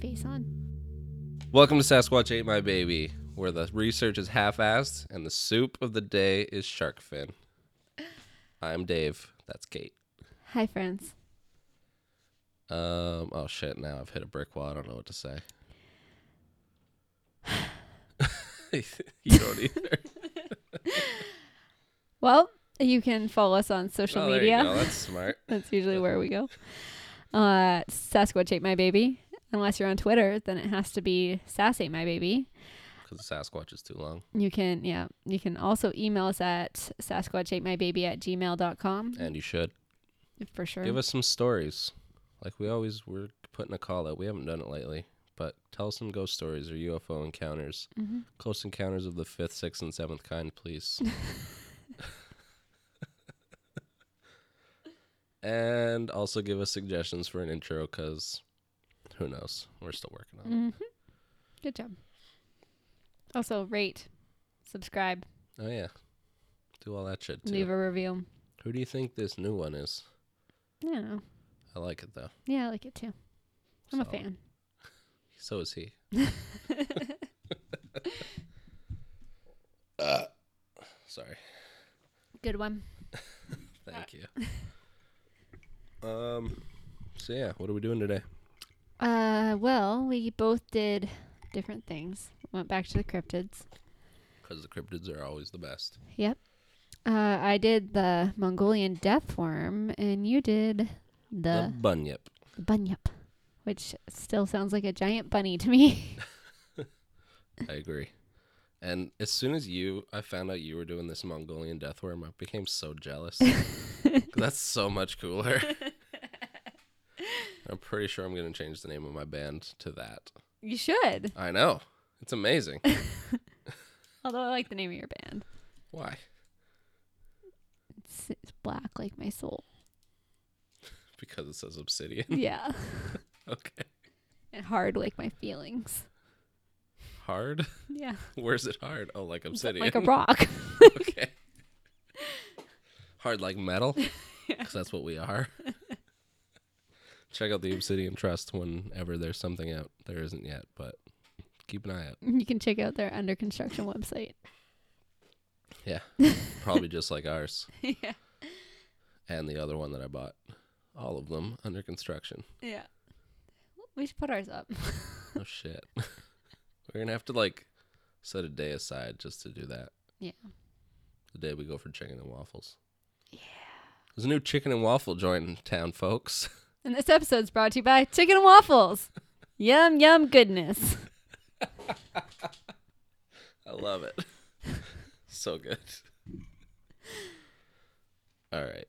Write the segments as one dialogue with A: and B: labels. A: face on.
B: Welcome to Sasquatch Ate My Baby, where the research is half-assed and the soup of the day is shark fin. I'm Dave. That's Kate.
A: Hi, friends.
B: Um. Oh shit! Now I've hit a brick wall. I don't know what to say. you don't either.
A: Well, you can follow us on social
B: Oh, there you go.
A: media.
B: That's smart.
A: That's usually where we go. Uh, Sasquatch ate my baby. Unless you're on Twitter, then it has to be Sass ate my baby.
B: Because Sasquatch is too long.
A: You can, yeah, you can also email us at sasquatchatemybaby at gmail.com
B: And you should
A: for sure.
B: give us some stories, like we always were putting a call out. We haven't done it lately, but tell us some ghost stories or UFO encounters,
A: Mhm.
B: close encounters of the fifth, sixth, and seventh kind, please. and also give us suggestions for an intro, because who knows? We're still working on it.
A: Mhm. Good job. Also, rate, subscribe,
B: Oh yeah, do all that shit too.
A: Mm. leave a review.
B: Who do you think this new one is?
A: I don't know.
B: I like it though.
A: Yeah, I like it too. I'm a
B: Solid.
A: fan.
B: So is he. Uh, Sorry.
A: Good one.
B: Thank you. um. So yeah, what are we doing today?
A: Uh, well, we both did different things. Went back to the cryptids.
B: Because the cryptids are always the best.
A: Yep. Uh, I did the Mongolian death worm, and you did
B: The
A: the
B: bunyip.
A: bunyip, which still sounds like a giant bunny to me.
B: I agree. And as soon as you, I found out you were doing this Mongolian death worm, I became so jealous. 'Cause that's so much cooler. I'm pretty sure I'm gonna change the name of my band to that.
A: you should.
B: I know. It's amazing.
A: Although I like the name of your band.
B: Why?
A: It's, it's black like my soul.
B: Because it says obsidian.
A: yeah.
B: Okay.
A: And hard like my feelings.
B: Hard?
A: Yeah.
B: Where's it hard? Oh, like obsidian.
A: Like a rock.
B: okay. Hard like metal, because that's what we are. Check out the Obsidian Trust whenever there's something out. There isn't yet, but keep an eye out.
A: you can check out their under construction website.
B: Yeah, probably just like ours
A: yeah.
B: and the other one that I bought. All of them under construction.
A: Yeah. We should put ours up.
B: Oh shit, we're gonna have to like set a day aside just to do that.
A: Yeah.
B: The day we go for chicken and waffles. Yeah. There's a new chicken and waffle joint in town, folks.
A: And this episode's brought to you by Chicken and Waffles. yum, yum, goodness.
B: I love it. so good. All right.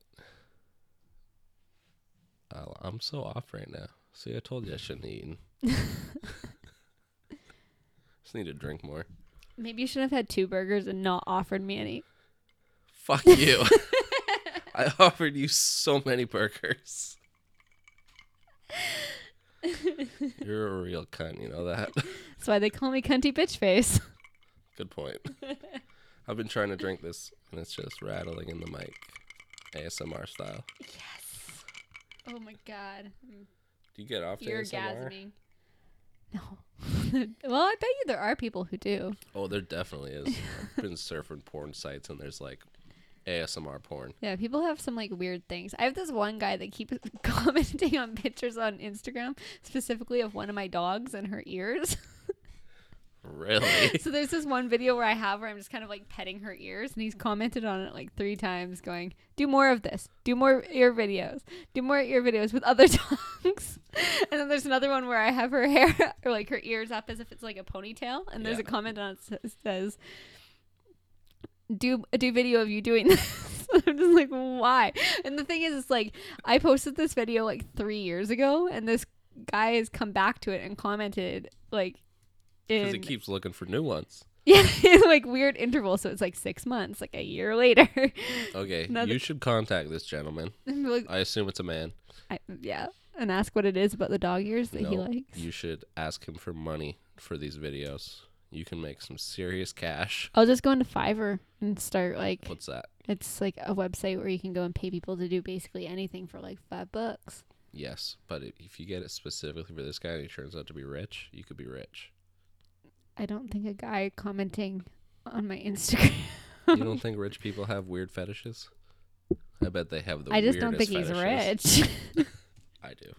B: I'll- I'm so off right now. See, I told you I shouldn't have eaten. Just need to drink more.
A: Maybe you should have had two burgers and not offered me any.
B: Fuck you. I offered you so many burgers. You're a real cunt, you know that?
A: That's why they call me cunty bitch face.
B: Good point. I've been trying to drink this, and it's just rattling in the mic, ASMR style.
A: Yes. Oh my god.
B: Do you get off to
A: You're
B: ASMR?
A: gasming. No. well, I bet you there are people who do.
B: Oh, there definitely is. I've been surfing porn sites and there's like ASMR porn.
A: Yeah, people have some like weird things. I have this one guy that keeps commenting on pictures on Instagram, specifically of one of my dogs and her ears.
B: Really?
A: so there's this one video where I have where I'm just kind of like petting her ears, and he's commented on it like three times, going, "Do more of this. Do more ear videos. Do more ear videos with other dogs." and then there's another one where I have her hair or like her ears up as if it's like a ponytail, and there's
B: Yeah.
A: a comment on it that says, "Do do video of you doing this." I'm just like, why? And the thing is, it's like I posted this video like three years ago, and this guy has come back to it and commented like.
B: Because
A: in
B: it keeps looking for new ones.
A: yeah, like weird intervals. So it's like six months, like a year later.
B: Okay,
A: Another-
B: you should contact this gentleman.
A: And we're like,
B: I assume it's a man.
A: I, yeah, and ask what it is about the dog ears that he
B: No,
A: likes.
B: You should ask him for money for these videos. You can make some serious cash.
A: I'll just go into Fiverr and start like
B: What's that?
A: it's like a website where you can go and pay people to do basically anything for like five bucks.
B: Yes, but i- if you get it specifically for this guy and he turns out to be rich, you could be rich.
A: I don't think a guy commenting on my Instagram.
B: You don't think rich people have weird fetishes? I bet they have the.
A: I just don't think
B: weirdest
A: he's
B: fetishes.
A: rich.
B: I do.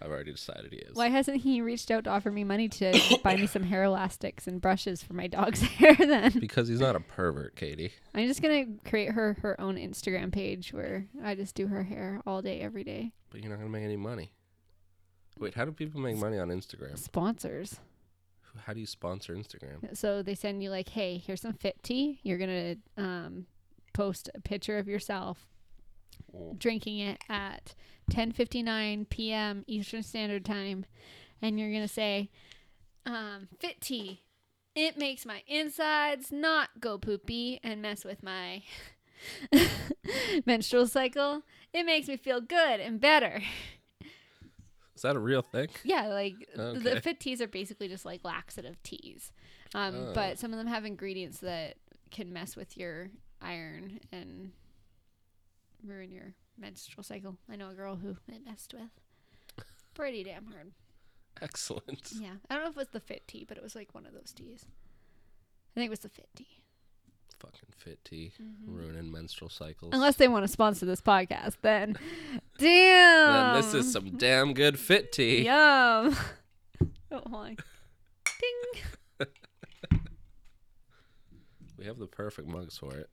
B: I've already decided he is.
A: Why hasn't he reached out to offer me money to buy me some hair elastics and brushes for my dog's hair then?
B: Because he's not a pervert, Katie.
A: I'm just going to create her her own Instagram page where I just do her hair all day every day.
B: But you're not gonna make any money. Wait, how do people make money on Instagram?
A: Sponsors.
B: How do you sponsor Instagram?
A: So they send you like, "Hey, here's some fit tea. You're going to um post a picture of yourself drinking it at 10:59 p.m. Eastern Standard Time, and you're gonna say, um, "Fit tea, it makes my insides not go poopy and mess with my menstrual cycle. It makes me feel good and better."
B: Is that a real thing?
A: Yeah, like
B: Okay.
A: the fit teas are basically just like laxative teas, um,
B: Oh.
A: but some of them have ingredients that can mess with your iron and ruin your menstrual cycle. I know a girl who it messed with. Pretty damn hard.
B: Excellent.
A: Yeah, I don't know if it was the fit tea, but it was like one of those teas. I think it was the fit tea.
B: Fucking fit tea, ruining menstrual cycles.
A: Mm-hmm. Unless they want to sponsor this podcast, then damn.
B: Then this
A: um,
B: is some damn good fit tea.
A: yum. oh my. Ding.
B: We have the perfect mugs for it.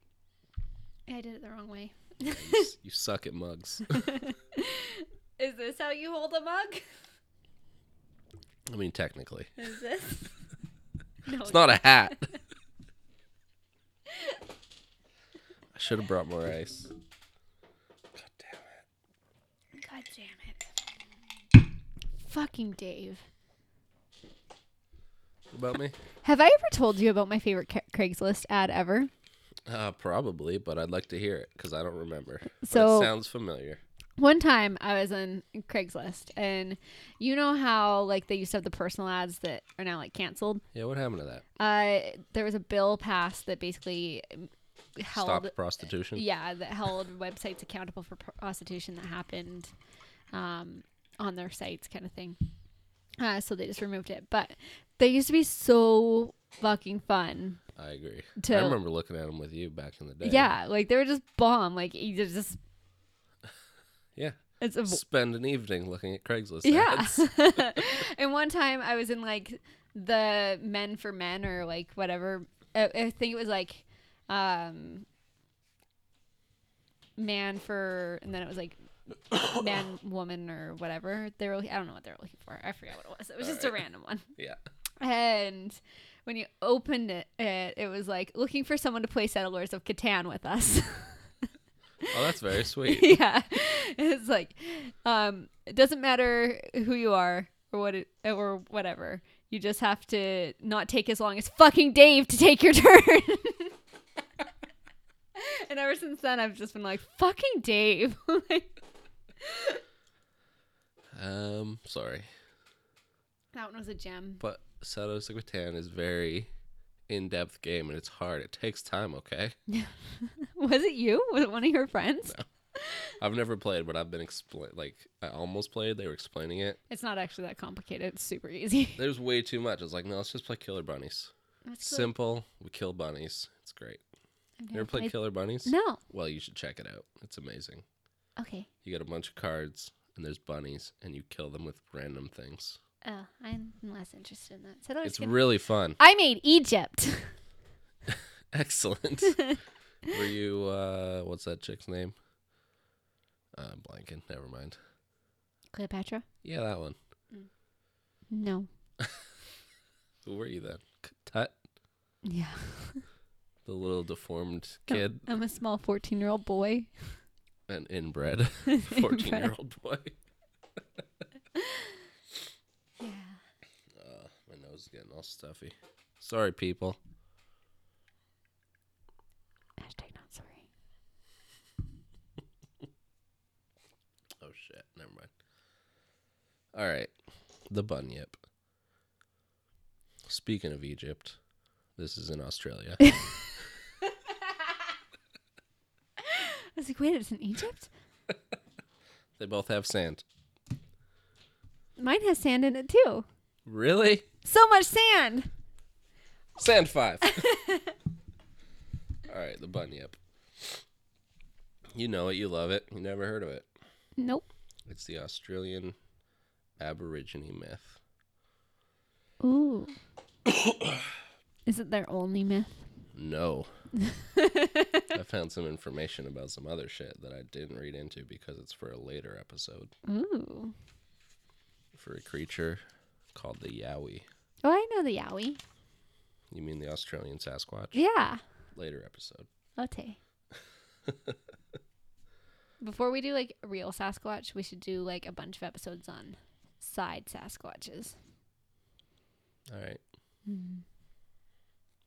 A: I did it the wrong way.
B: You, s- you suck at mugs.
A: Is this how you hold a mug?
B: I mean, technically,
A: Is this? no.
B: it's not a hat. I should have brought more ice. God damn it.
A: God damn it. Fucking Dave.
B: What about me?
A: Have I ever told you about my favorite Ca- Craigslist ad ever?
B: Uh, probably, but I'd like to hear it because I don't remember. But
A: So-
B: it sounds familiar.
A: One time I was on Craigslist and you know how like they used to have the personal ads that are now like canceled?
B: Yeah, what happened to that?
A: Uh there was a bill passed that basically held
B: Stop prostitution.
A: Yeah, that held websites accountable for prostitution that happened um, on their sites, kind of thing. Uh, so they just removed it. But they used to be so fucking fun.
B: I agree. I
A: To-
B: remember looking at them with you back in the day.
A: Yeah, like they were just bomb. Like you just- just
B: Yeah.
A: it's a
B: Spend an evening looking at Craigslist.
A: yeah.
B: ads.
A: and one time I was in like the Men for Men or like whatever. I, I think it was like um, Man for, and then it was like man, woman, or whatever. They were. I don't know what they were looking for. I forget what it was. It was just a random one.
B: Yeah.
A: And when you opened it, it, it was like looking for someone to play Settlers of Catan with us.
B: Oh, that's very sweet.
A: yeah, it's like um, it doesn't matter who you are or what it, or whatever. You just have to not take as long as fucking Dave to take your turn. and ever since then, I've just been like, fucking Dave. like,
B: Um, sorry,
A: that one was a gem.
B: but Sato Siguitan is very in-depth game, and it's hard. It takes time. Okay,
A: Was it you? Was it one of your friends?
B: I've never played, but I've been explain like I almost played. They were explaining it.
A: It's not actually that complicated. It's super easy.
B: There's way too much. I was like, no, let's just play Killer Bunnies. Simple. We kill bunnies. It's great.
A: I've
B: You ever
A: never
B: played Killer Bunnies?
A: No.
B: Well, you should check it out. It's amazing.
A: Okay.
B: You get a bunch of cards, and there's bunnies, and you kill them with random things.
A: Oh, I'm less interested in that. So that was
B: It's
A: Oh, good.
B: really fun.
A: I made Egypt.
B: Excellent. Were you uh what's that chick's name? Uh blanking, never mind.
A: Cleopatra?
B: Yeah, that one.
A: No.
B: Who were you then? K- Tut,
A: Yeah.
B: the little deformed kid
A: I'm a small 14 year old boy.
B: and inbred 14 year old boy.
A: Yeah.
B: Uh, my nose is getting all stuffy. Sorry, people.
A: Hashtag not sorry.
B: Oh shit, never mind. All right. The bunyip. Speaking of Egypt, this is in Australia.
A: I was like, wait, it's in Egypt?
B: they both have sand.
A: Mine has sand in it too.
B: Really?
A: So much sand.
B: Sand five. All right, the bunyip. You know it, you love it. You never heard of it.
A: Nope.
B: It's the Australian Aborigine myth.
A: Ooh. Is it their only myth?
B: No. I found some information about some other shit that I didn't read into because it's for a later episode
A: Ooh.
B: for a creature called the Yowie.
A: Oh, I know the Yowie.
B: You mean the Australian Sasquatch?
A: Yeah.
B: Later episode.
A: Okay. Before we do like real Sasquatch, we should do like a bunch of episodes on side Sasquatches.
B: All right.
A: Mm.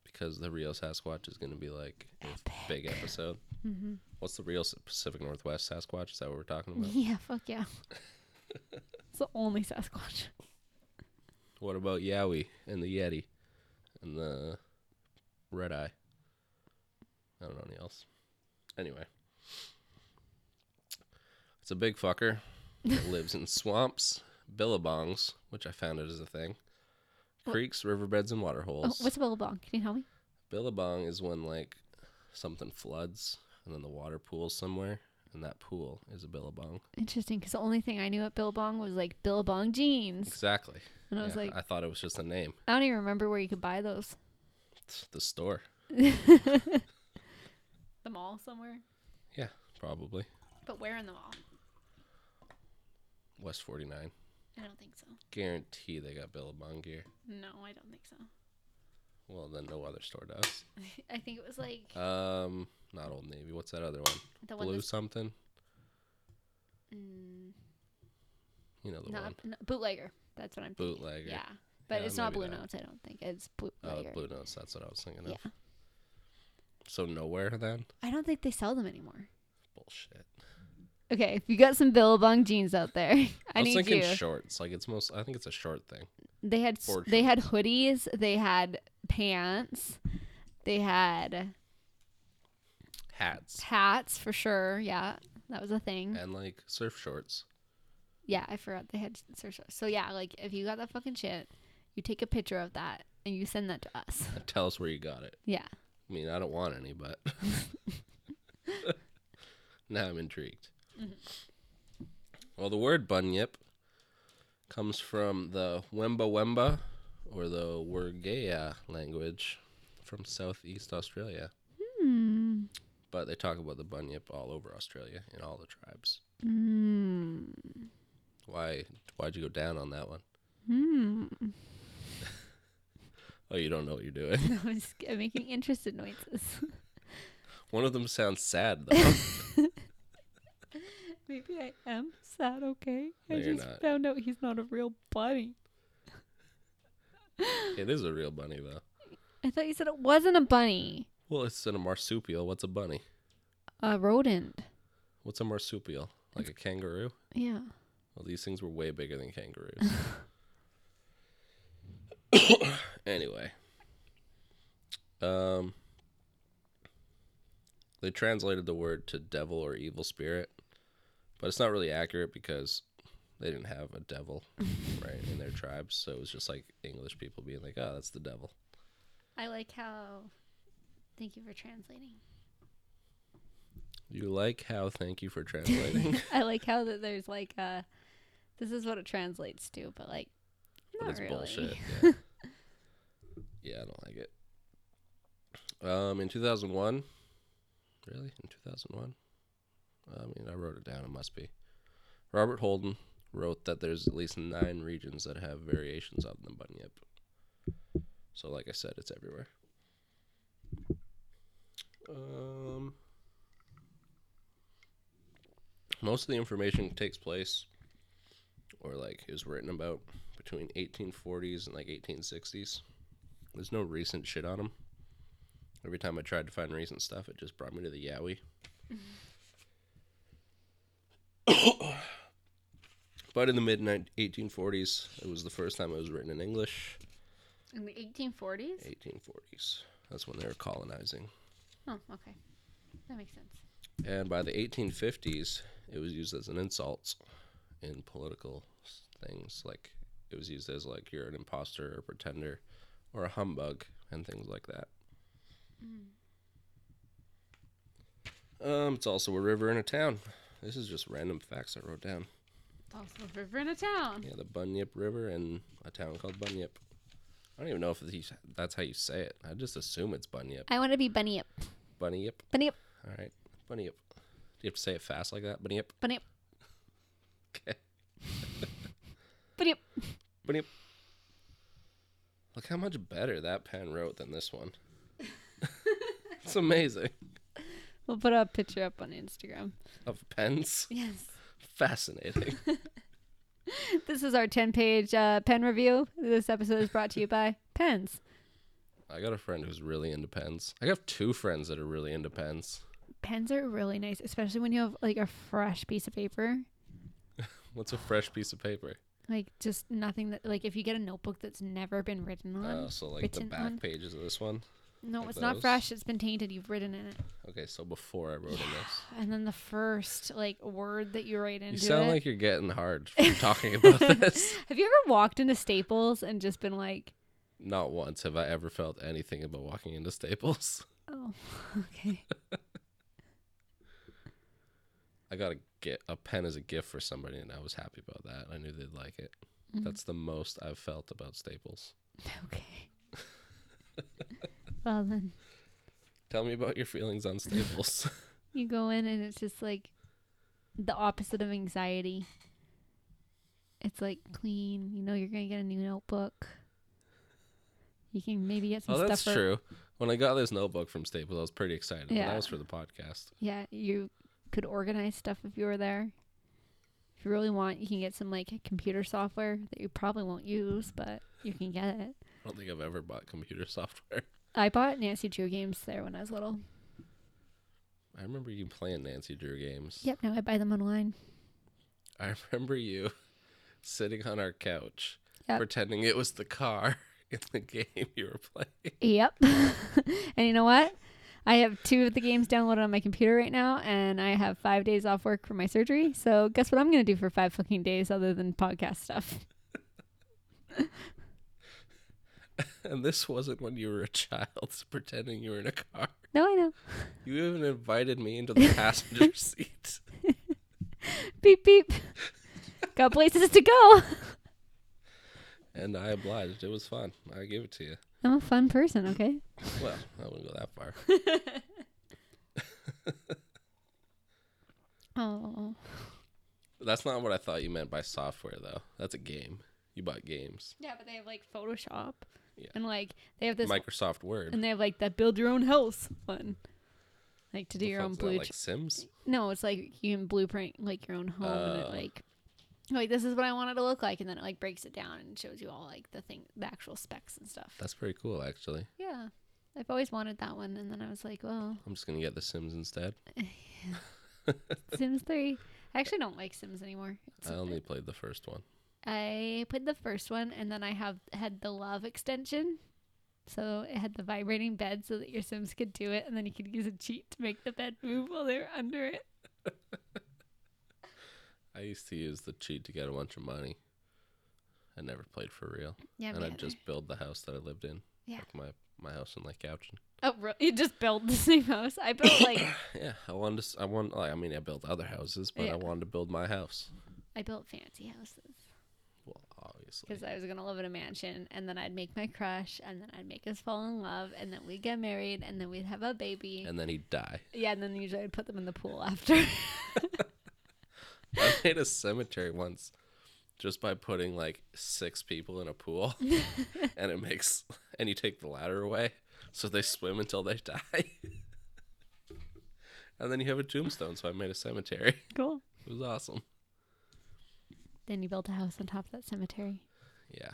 B: Because the real Sasquatch is going to be like a big episode.
A: Mm-hmm.
B: What's the real S- Pacific Northwest Sasquatch? Is that what we're talking about?
A: Yeah, fuck yeah. it's the only Sasquatch.
B: what about Yowie and the Yeti and the Red Eye? I don't know any else. Anyway, it's a big fucker that lives in swamps, billabongs, which I found out is a thing, creeks, riverbeds, and
A: Oh,
B: waterholes.
A: what's a billabong? Can you tell me?
B: Billabong is when like something floods and then the water pools somewhere, and that pool is a billabong.
A: Interesting, because the only thing I knew at Billabong was like Billabong jeans,
B: Exactly.
A: and I was
B: Yeah,
A: like,
B: I thought it was just a name.
A: I don't even remember where you could buy those.
B: It's the store.
A: The mall somewhere,
B: Yeah, probably
A: but where in the mall?
B: West Forty Nine.
A: I don't think so.
B: Guarantee they got billabong gear.
A: No, I don't think so.
B: Well, then no other store does.
A: I think it was like
B: Um, not Old Navy. What's that other one?
A: the one
B: Blue
A: that's
B: something.
A: mm,
B: You know the
A: not
B: one.
A: n- bootlegger. That's what I'm thinking.
B: Bootlegger.
A: Yeah, but
B: Yeah,
A: it's not
B: maybe
A: Blue
B: that.
A: Notes. I don't think it's
B: Oh,
A: bootlegger.
B: Blue Notes. That's what I was thinking
A: yeah,
B: of. So nowhere then.
A: I don't think they sell them anymore.
B: Bullshit.
A: Okay, if you got some Billabong jeans out there, I,
B: was
A: need
B: thinking
A: you.
B: shorts. Like it's most. I think it's a short thing.
A: they had s-
B: board
A: they had hoodies, they had pants, they had
B: Hats.
A: hats for sure. Yeah, that was a thing.
B: and like surf shorts.
A: Yeah, I forgot they had surf shorts. So yeah, like if you got that fucking shit, you take a picture of that and you send that to us.
B: And tell us where you got it.
A: Yeah.
B: I mean, I don't want any, but now I'm intrigued. Well, the word bunyip comes from the Wemba Wemba or the Wergea language from Southeast Australia.
A: Hmm.
B: But they talk about the bunyip all over Australia in all the tribes.
A: Hmm.
B: Why? Why'd you go down on that one?
A: Hmm.
B: Oh, you don't know what you're doing.
A: No, I'm just I'm making interested noises.
B: One of them sounds sad though.
A: Maybe I am sad, okay?
B: No,
A: I
B: you're
A: just
B: not.
A: found out he's not a real bunny.
B: it is a real bunny though.
A: I thought you said it wasn't a bunny.
B: Well, it's in a marsupial. What's a bunny?
A: A rodent.
B: What's a marsupial? Like a kangaroo?
A: Yeah.
B: Well, these things were way bigger than kangaroos. anyway, um, they translated the word to devil or evil spirit, but it's not really accurate because they didn't have a devil, right, in their tribes. So it was just like English people being like, "Oh, that's the devil."
A: I like how. Thank you for translating.
B: You like how? Thank you for translating.
A: I like how that there's like a. This is what it translates to, but like.
B: But
A: Not
B: it's
A: really.
B: bullshit. Yeah. yeah, I don't like it. Um, in 2001, really? In 2001? I mean, I wrote it down. It must be. Robert Holden wrote that there's at least nine regions that have variations of the bunyip. So, like I said, it's everywhere. Um, most of the information takes place, or like is written about between 1840s and like 1860s. There's no recent shit on them. Every time I tried to find recent stuff, it just brought me to the Yowie. but in the mid 1840s, it was the first time it was written in English.
A: In the 1840s?
B: 1840s. That's when they were colonizing.
A: Oh, okay. That makes sense.
B: And by the 1850s, it was used as an insult in political s- things. Like it was used as like you're an imposter or pretender or a humbug and things like that.
A: Mm,
B: Um, it's also a river and a town. This is just random facts I wrote down.
A: Also, a river in a town.
B: Yeah, the Bunyip River and a town called Bunyip. I don't even know if these- that's how you say it. I just assume it's Bunyip.
A: I want to be bunny up,
B: Bunyip.
A: bunny up,
B: All right. Bunny up. Do you have to say it fast like that? Bunny up.
A: bunny up,
B: Okay.
A: bunny up.
B: Bunny up. Look how much better that pen wrote than this one. it's amazing.
A: We'll put a picture up on Instagram.
B: Of pens.
A: Yes.
B: Fascinating.
A: This is our 10 page uh, pen review. This episode is brought to you by Pens.
B: I got a friend who's really into pens. I got two friends that are really into pens.
A: Pens are really nice, especially when you have like a fresh piece of paper.
B: What's a fresh piece of paper?
A: Like just nothing that like if you get a notebook that's never been written on.
B: Oh, so like the
A: written
B: back
A: on-
B: pages of this one.
A: no,
B: like
A: it's not
B: those?
A: fresh. It's been tainted. You've written in it.
B: Okay, so before I wrote in this.
A: And then the first like word that you write into
B: You sound
A: it.
B: like you're getting hard from talking about this.
A: have you ever walked into Staples and just been like,
B: Not once have I ever felt anything about walking into Staples.
A: "Oh, okay."
B: I got a get a pen as a gift for somebody, and I was happy about that. I knew they'd like it.
A: Mhm.
B: That's the most I've felt about Staples.
A: Okay. well, then
B: Tell me about your feelings on Staples.
A: you go in and it's just like the opposite of anxiety. It's like clean. You know, you're gonna get a new notebook. You can maybe get some
B: oh,
A: stuff.
B: that's
A: for-
B: true. When I got this notebook from Staples, I was pretty excited. but
A: Yeah.
B: that was for the podcast.
A: Yeah, you could organize stuff if you were there. If you really want, you can get some like computer software that you probably won't use, but you can get it.
B: I don't think I've ever bought computer software.
A: I bought Nancy Drew games there when I was little.
B: I remember you playing Nancy Drew games.
A: Yep, now I buy them online.
B: I remember you sitting on our couch,
A: Yep.
B: pretending it was the car in the game you were playing.
A: Yep. and you know what? I have two of the games downloaded on my computer right now, and I have five days off work for my surgery. So guess what I'm gonna do for five fucking days other than podcast stuff?
B: And this wasn't when you were a child, pretending you were in a car.
A: No, I know.
B: You even invited me into the passenger seat.
A: Beep beep. Got places to go.
B: And I obliged. It was fun. I give it to you.
A: I'm a fun person, okay?
B: Well, I wouldn't go that far.
A: Oh.
B: That's not what I thought you meant by software, though. That's a game. You bought games.
A: Yeah, but they have like Photoshop.
B: Yeah.
A: And like they have this
B: Microsoft Word.
A: and they have like that build your own house one. Like to do
B: The
A: your own
B: fuck's that,
A: blue
B: like Sims.
A: No, it's like you can blueprint like your own home and it
B: Oh.
A: like like this is what I want it to look like and then it like breaks it down and shows you all like the thing the actual specs and stuff.
B: That's pretty cool, actually.
A: yeah. I've always wanted that one and then I was like, well,
B: I'm just gonna get the Sims instead.
A: Sims 3. I actually don't like Sims anymore. It's,
B: I only played the first one.
A: I played the first one and then I have had the love extension. So it had the vibrating bed so that your Sims could do it and then you could use a cheat to make the bed move while they were under it.
B: I used to use the cheat to get a bunch of money. I never played for real,
A: Yeah,
B: and I'd just build the house that I lived in,
A: Yeah.
B: like my my house in Lake Ouchin.
A: Oh, re- you just built the same house. I built like
B: Yeah, I wanted to. s- I want. Like, I mean, I built other houses, but
A: Yeah.
B: I wanted to build my house.
A: I built fancy houses
B: Well, obviously.
A: because I was gonna live in a mansion, and then I'd make my crush, and then I'd make us fall in love, and then we'd get married, and then we'd have a baby.
B: And then he'd die.
A: yeah, and then usually I'd put them in the pool after.
B: I made a cemetery once just by putting like six people in a pool and it makes and you take the ladder away so they swim until they die. and then you have a tombstone, so I made a cemetery.
A: cool.
B: It was awesome.
A: Then you built a house on top of that cemetery,
B: Yeah.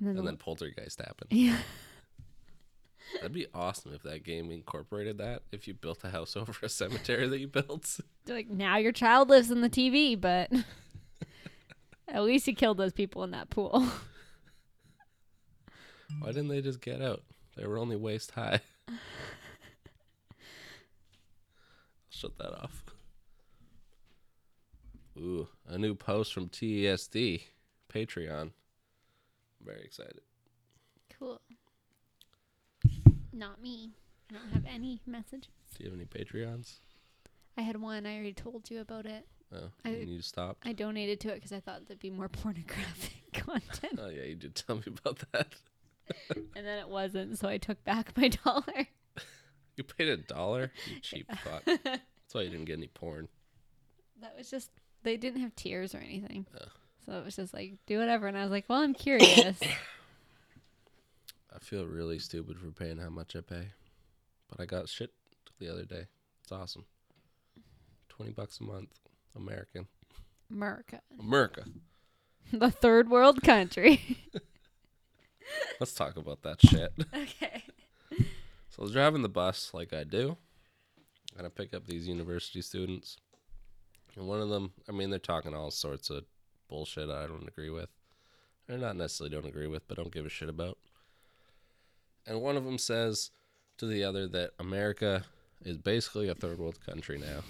A: and then,
B: And
A: the-
B: then poltergeist happened.
A: yeah,
B: That'd be awesome if that game incorporated that. If you built a house over a cemetery that you built.
A: They're like now your child lives in the TV, but at least you killed those people in that pool.
B: Why didn't they just get out? They were only waist high. I'll shut that off. Ooh, a new post from TESD. E Patreon. I'm very excited.
A: Cool. Not me. I don't have any messages.
B: Do you have any Patreons?
A: I had one. I already told you about it.
B: Oh,
A: I-
B: you need to stop.
A: I donated to it because I thought there'd be more pornographic content,
B: Oh yeah, you did tell me about that.
A: and then it wasn't. So I took back my dollar.
B: You paid a dollar. You cheap fuck. That's why you didn't get any porn.
A: That was just they didn't have tears or anything.
B: Oh.
A: So it was just like do whatever, and I was like, well, I'm curious.
B: I feel really stupid for paying how much I pay, but I got shit the other day. It's awesome. Twenty bucks a month, American
A: America,
B: America.
A: the third world country.
B: Let's talk about that shit.
A: okay.
B: So I was driving the bus like I do, and I pick up these university students. And one of them, I mean, they're talking all sorts of bullshit I don't agree with. Or not necessarily don't agree with, but don't give a shit about. And one of them says to the other that America is basically a third world country now.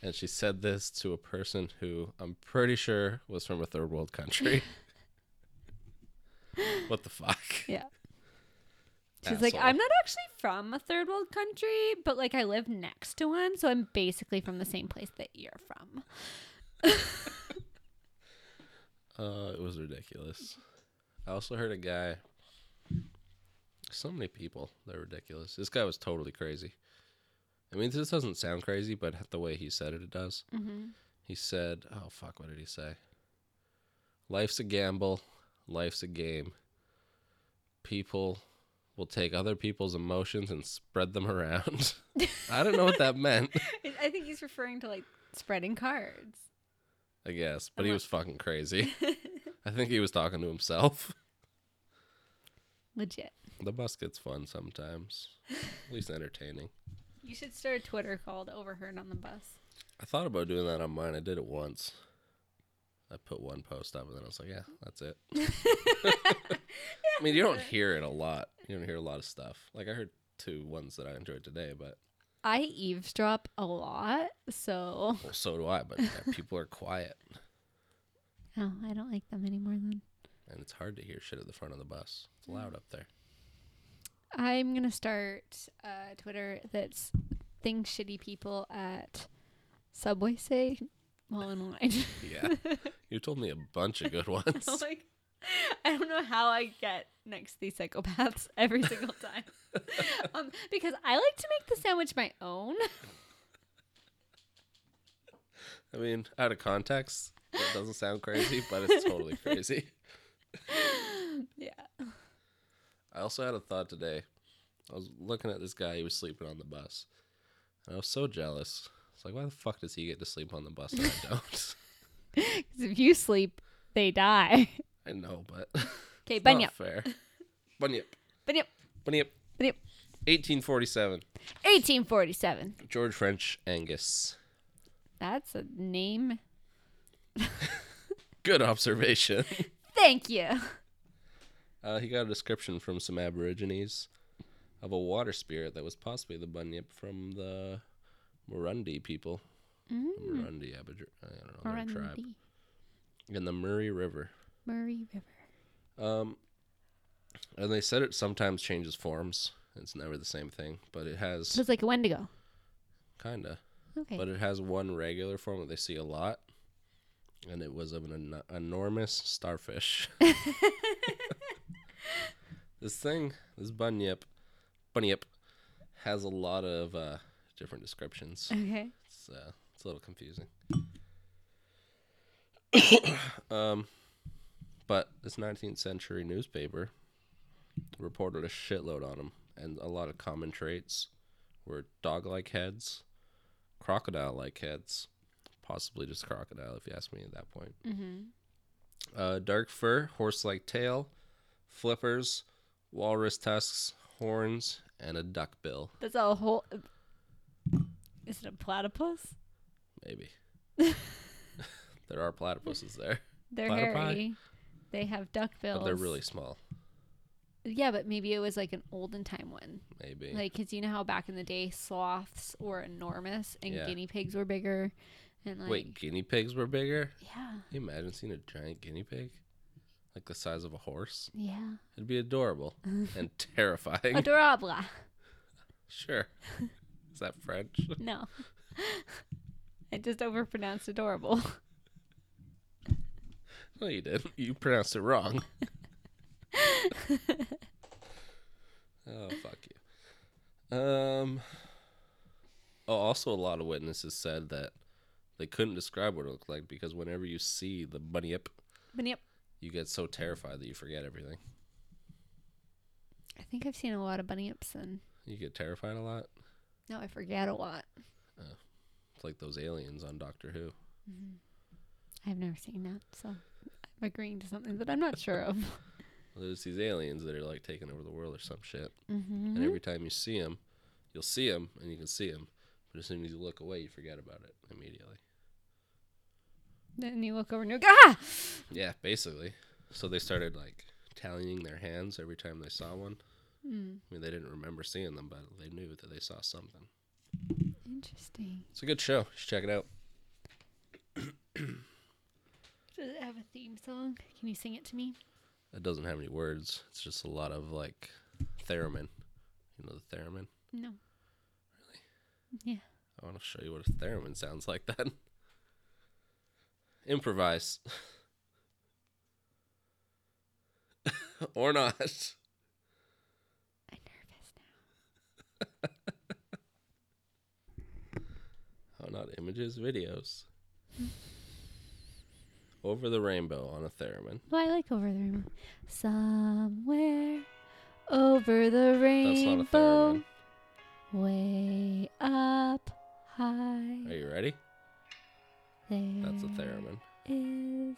B: And she said this to a person who I'm pretty sure was from a third world country. what the fuck?
A: Yeah. She's like,
B: Asshole.
A: I'm not actually from a third world country, but like I live next to one, so I'm basically from the same place that you're from.
B: Uh, it was ridiculous. I also heard a guy. So many people, they're ridiculous. This guy was totally crazy. I mean, this doesn't sound crazy, but the way he said it, it does.
A: Mm-hmm.
B: He said, "Oh fuck, what did he say? Life's a gamble. Life's a game. People will take other people's emotions and spread them around." I don't know what that meant.
A: I think he's referring to like spreading cards.
B: I guess, but he was fucking crazy. I think he was talking to himself.
A: Legit.
B: The bus gets fun sometimes. At least entertaining.
A: You should start a Twitter called Overheard on the Bus.
B: I thought about doing that on mine. I did it once. I put one post up and then I was like, yeah, that's it. I mean, you don't hear it a lot. You don't hear a lot of stuff. Like, I heard two ones that I enjoyed today, but
A: I eavesdrop a lot, so
B: well, so do I. But yeah, people are quiet
A: oh, I don't like them anymore then.
B: and it's hard to hear shit at the front of the bus. It's loud up there.
A: I'm gonna start uh, Twitter that's things shitty people at Subway say while in line.
B: Yeah. you told me a bunch of good ones.
A: I'm like, I don't know how I get next to these psychopaths every single time. um, because I like to make the sandwich my own.
B: I mean, out of context, that doesn't sound crazy, but it's totally crazy.
A: yeah.
B: I also had a thought today. I was looking at this guy. He was sleeping on the bus, and I was so jealous. It's like, why the fuck does he get to sleep on the bus and I don't?
A: 'Cause if you sleep, they die.
B: I know, but it's
A: Okay,
B: not
A: bunyip.
B: fair. Bunyip,
A: Bunyip.
B: bunyip,
A: Bunyip.
B: 1847.
A: 1847.
B: George French Angus.
A: That's a name.
B: Good observation.
A: Thank you.
B: Uh, he got a description from some Aborigines of a water spirit that was possibly the bunyip from the Murundi people.
A: Mm.
B: The Murundi Aboriginal, I don't know, their tribe.
A: Burundi,
B: In the Murray River.
A: Murray River.
B: Um, and they said it sometimes changes forms. It's never the same thing, but
A: So
B: it has
A: it's like a Wendigo.
B: kinda.
A: Okay.
B: But it has one regular form that they see a lot, and it was of an en- enormous starfish. this thing, this bunyip, bunyip, has a lot of uh, different descriptions.
A: okay.
B: It's uh, it's a little confusing. um, but this 19th century newspaper reported a shitload on him, and a lot of common traits were dog-like heads, crocodile-like heads, possibly just crocodile if you ask me at that point.
A: Mm-hmm.
B: Uh, dark fur, horse-like tail, flippers, walrus tusks, horns, and a duck bill,
A: That's a whole. Is it a platypus?
B: maybe. there are platypuses there.
A: They're
B: Platypi?
A: hairy. They have duck bills.
B: But they're really small,
A: Yeah, but maybe it was like an olden time one.
B: maybe.
A: Like 'cause you know how back in the day sloths were enormous and
B: Yeah.
A: guinea pigs were bigger And like,
B: Wait, guinea pigs were bigger?
A: yeah,
B: Can you imagine seeing a giant guinea pig? Like the size of a horse?
A: yeah,
B: It'd be adorable and terrifying.
A: adorable.
B: sure. Is that French?
A: No, I just overpronounced adorable.
B: No, you didn't. You pronounced it wrong. oh, fuck you. Um. Oh, also, a lot of witnesses said that they couldn't describe what it looked like because whenever you see the bunny up,
A: But yep,
B: you get so terrified that you forget everything.
A: I think I've seen a lot of bunny ups, and
B: You get terrified a lot.
A: no, I forget a lot.
B: It's like those aliens on Doctor Who.
A: I've never seen that, so I'm agreeing to something that I'm not sure of.
B: There's these aliens that are like taking over the world or some shit.
A: Mm-hmm.
B: And every time you see them, you'll see them and you can see them. But as soon as you look away, you forget about it immediately.
A: Then you look over and you go, ah!
B: Yeah, basically. So they started like tallying their hands every time they saw one.
A: Mm,
B: I mean, they didn't remember seeing them, but they knew that they saw something.
A: interesting.
B: It's a good show. You should check it out.
A: Does it have a theme song? Can you sing it to me?
B: It doesn't have any words. It's just a lot of like theremin. You know the theremin?
A: No. Really? Yeah.
B: I want to show you what a theremin sounds like then. Improvise. or not.
A: I'm nervous now.
B: Oh, not images, videos. Over the rainbow on a theremin.
A: Well, I like Over the Rainbow. Somewhere over the
B: That's not a
A: rainbow,
B: theremin.
A: way up
B: Are
A: high.
B: you ready?
A: There
B: That's a theremin.
A: Is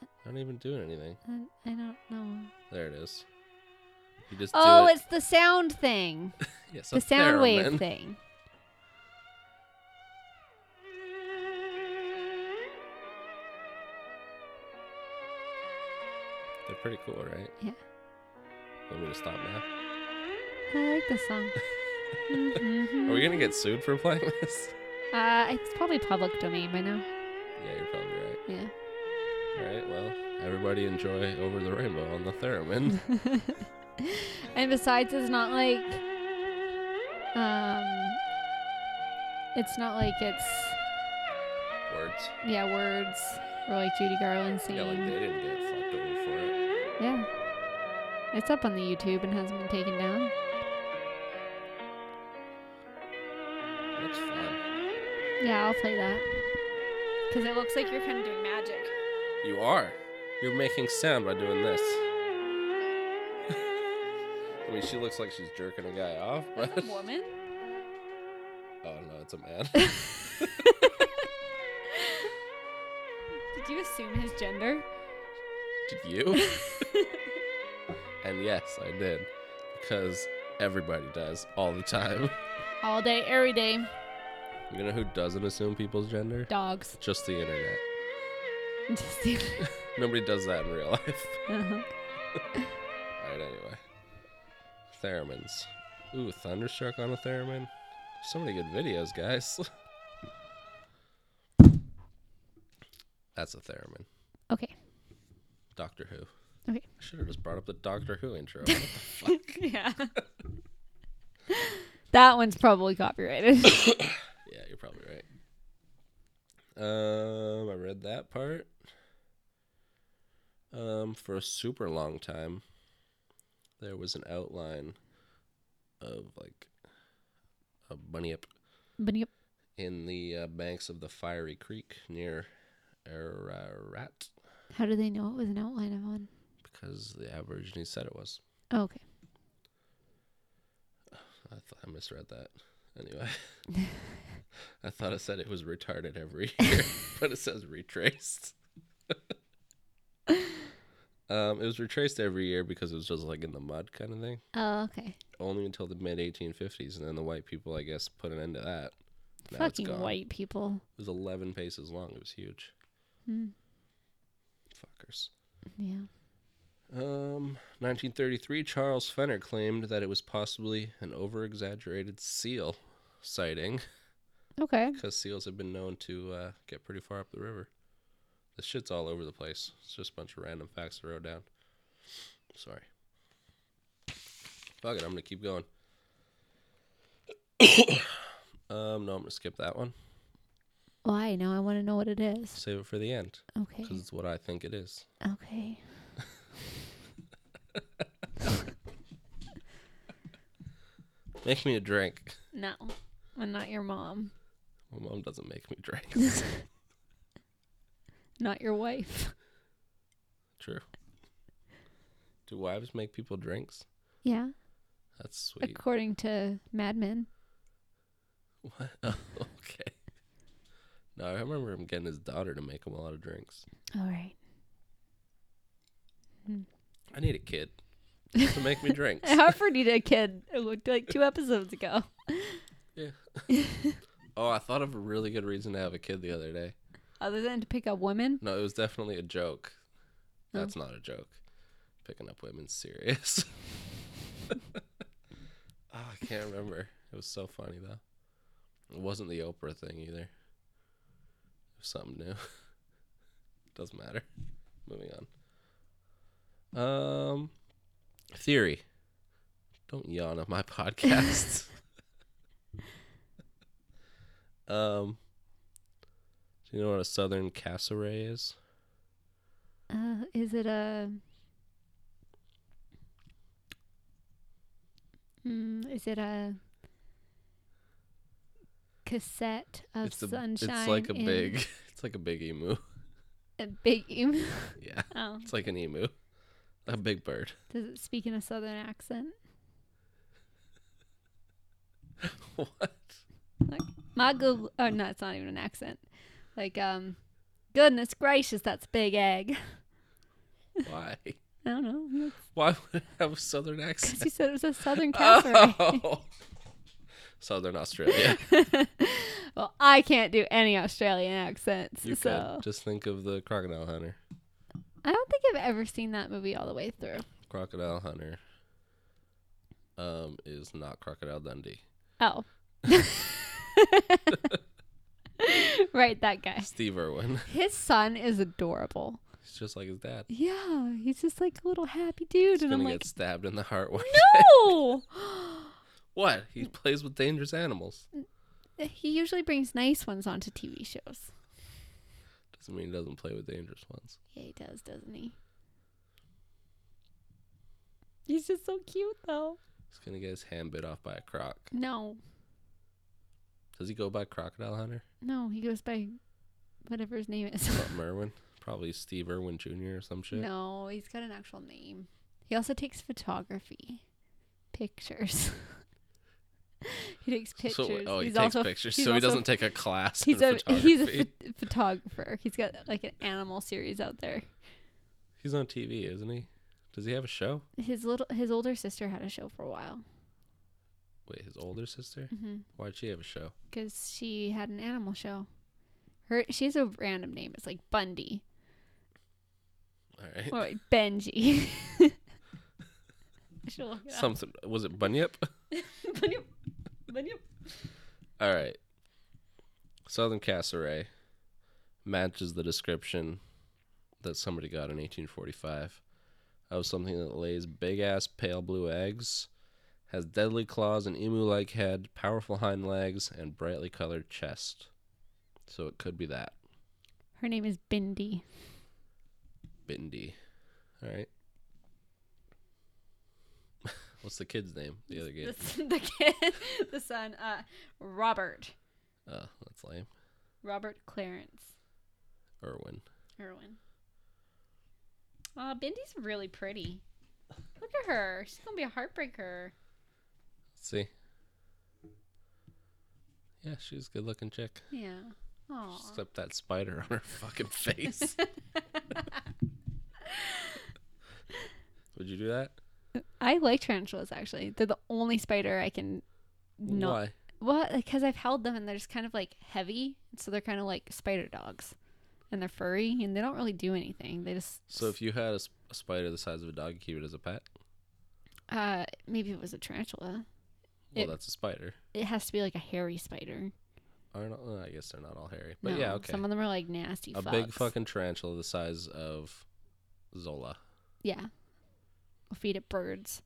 B: I'm not even doing anything.
A: I, I don't know.
B: There it is. You just
A: oh,
B: do it.
A: it's the sound thing,
B: Yes,
A: the
B: a
A: sound wave
B: theremin.
A: thing.
B: They're pretty cool, right?
A: Yeah.
B: Want me to stop now?
A: I like this song. Mm-hmm.
B: Are we gonna get sued for playing this?
A: Uh, it's probably public domain by now.
B: yeah, you're probably right.
A: Yeah.
B: All right. Well, everybody enjoy over the rainbow on the theremin.
A: And besides, it's not like, um, it's not like it's
B: Words.
A: yeah words or like Judy Garland
B: Yeah,
A: singing.
B: like they didn't get fucked over for it.
A: Yeah. It's up on the YouTube and hasn't been taken down.
B: That's fun.
A: Yeah, I'll play that. Cause it looks like you're kind of doing magic.
B: You are. You're making sound by doing this. I mean, she looks like she's jerking a guy off, but
A: That's a woman.
B: oh no, it's a man.
A: Did you assume his gender?
B: Did you? and yes, I did. Because everybody does all the time.
A: All day, every day,
B: You know who doesn't assume people's gender?
A: dogs.
B: Just the internet.
A: Just the-
B: Nobody does that in real life.
A: Uh-huh.
B: Alright, anyway. Theremins. Ooh, Thunderstruck on a theremin. So many good videos, guys. That's a theremin.
A: Okay.
B: Doctor Who.
A: Okay.
B: I should have just brought up the Doctor Who intro.
A: yeah. that one's probably copyrighted.
B: Yeah, you're probably right. Um, I read that part. Um, for a super long time, there was an outline of like a bunny up
A: but yep.
B: in the uh, banks of the Fiery Creek near Ararat
A: How do they know it was an outline of one?
B: because the Aborigines said it was.
A: Oh, okay.
B: I thought I misread that. Anyway, I thought it said it was retarded every year, but it says retraced. um, it was retraced every year because it was just like in the mud kind of thing.
A: Oh, okay.
B: Only until the mid 1850s, and then the white people, I guess, put an end to that. Now it's
A: Fucking
B: gone.
A: white people.
B: It was 11 paces long. It was huge.
A: Hmm.
B: Fuckers.
A: Yeah.
B: Um, 1933, Charles Fenner claimed that it was possibly an over exaggerated seal sighting
A: Okay.
B: because seals have been known to uh, get pretty far up the river. This shit's all over the place. It's just a bunch of random facts I wrote down. Sorry. Fuck it, I'm gonna keep going. um, no, I'm gonna skip that one.
A: Why? Now I want to know what it is.
B: Save it for the end
A: Okay.
B: because it's what I think it is.
A: Okay.
B: Make me a drink.
A: No, I'm not your mom.
B: My mom doesn't make me drink.
A: Not your wife.
B: True. Do wives make people drinks?
A: Yeah.
B: That's sweet.
A: According to Mad Men.
B: What? Oh, okay. No, I remember him getting his daughter to make him a lot of drinks.
A: All right.
B: I need a kid to make me drinks.
A: Harper needed a kid. It looked like two episodes ago.
B: Oh, I thought of a really good reason to have a kid the other day.
A: Other than to pick up women.
B: No, it was definitely a joke. That's not a joke. Picking up women's serious. oh, I can't remember. It was so funny though. It wasn't the Oprah thing either. It was something new. Doesn't matter. Moving on. Um theory. Don't yawn at my podcast. um do you know what a southern cassowary is?
A: Uh, is it a? Mm, is it a cassette of
B: a-
A: sunshine?
B: It's like a
A: in
B: big. It's like a big emu.
A: a big emu.
B: Yeah,
A: Oh,
B: it's like an emu, a big bird.
A: does it speak in a southern accent?
B: what?
A: My Google. Oh no, it's not even an accent. Like um, goodness gracious, that's a big egg.
B: Why?
A: I don't know.
B: Why would it have a southern
A: Because
B: accent?
A: you said it was a southern cassowary.
B: Oh, southern Australia.
A: well, I can't do any Australian accents,
B: You
A: so
B: could just think of the crocodile hunter.
A: I don't think I've ever seen that movie all the way through.
B: Crocodile hunter. Um, is not crocodile Dundee.
A: Oh. right, that guy.
B: Steve Irwin.
A: His son is adorable.
B: He's just like his dad.
A: Yeah, he's just like a little happy dude,
B: He's
A: and
B: gonna
A: I'm
B: get
A: like,
B: stabbed in the heart. one day.
A: no.
B: What? He plays with dangerous animals.
A: he usually brings nice ones onto TV shows.
B: Doesn't mean he doesn't play with dangerous ones.
A: Yeah, he does, doesn't he? He's just so cute, though.
B: He's gonna get his hand bit off by a croc.
A: No,
B: Does he go by Crocodile Hunter?
A: no, he goes by whatever his name is.
B: What, Merwin? Probably Steve Irwin Jr. or some shit.
A: No, he's got an actual name. He also takes photography, pictures. he takes pictures.
B: So, oh, he
A: he's
B: takes
A: also,
B: pictures,
A: he's
B: so he
A: also-
B: doesn't take a class
A: He's
B: in
A: a
B: photography.
A: he's
B: He's,
A: a ph- photographer. He's got like an animal series out there.
B: on TV, isn't he? Does he have a show?
A: His little his older sister had a show for a while
B: Wait, his older sister?
A: because
B: Why'd she have a show?
A: she had an animal show. Her she has a random name. It's like Bundy
B: All right.
A: or like Benji. I should look it up.
B: Something. Was it Bunyip?
A: Bunyip. Bunyip.
B: All right. Southern Cassowary matches the description that somebody got in 1845 of something that lays big ass pale blue eggs, has deadly claws, an emu like head, powerful hind legs, and brightly colored chest. So it could be that.
A: Her name is Bindi.
B: Bindi. All right. What's the kid's name? The other kid.
A: the, the kid, the son, uh, Robert,
B: Oh, that's lame.
A: Robert Clarence
B: Irwin.
A: Irwin. Aw, Bindy's really pretty. Look at her. She's gonna be a heartbreaker.
B: Let's see. Yeah, she's a good looking chick.
A: Yeah. Aw.
B: Slip that spider on her fucking face. Would you do that?
A: I like tarantulas actually. They're the only spider I can not.
B: Why?
A: Well, because I've held them and they're just kind of like heavy, so they're kind of like spider dogs, and they're furry and they don't really do anything. They just
B: So if you had a, s- a spider the size of a dog, you keep it as a pet.
A: uh maybe it was a tarantula.
B: Well,
A: It-
B: that's a spider.
A: It has to be like a hairy spider.
B: are not, well, I guess they're not all hairy. But yeah, okay.
A: Some of them are like nasty.
B: a big
A: fucks.
B: fucking tarantula the size of Zola.
A: Yeah. I'll feed it birds.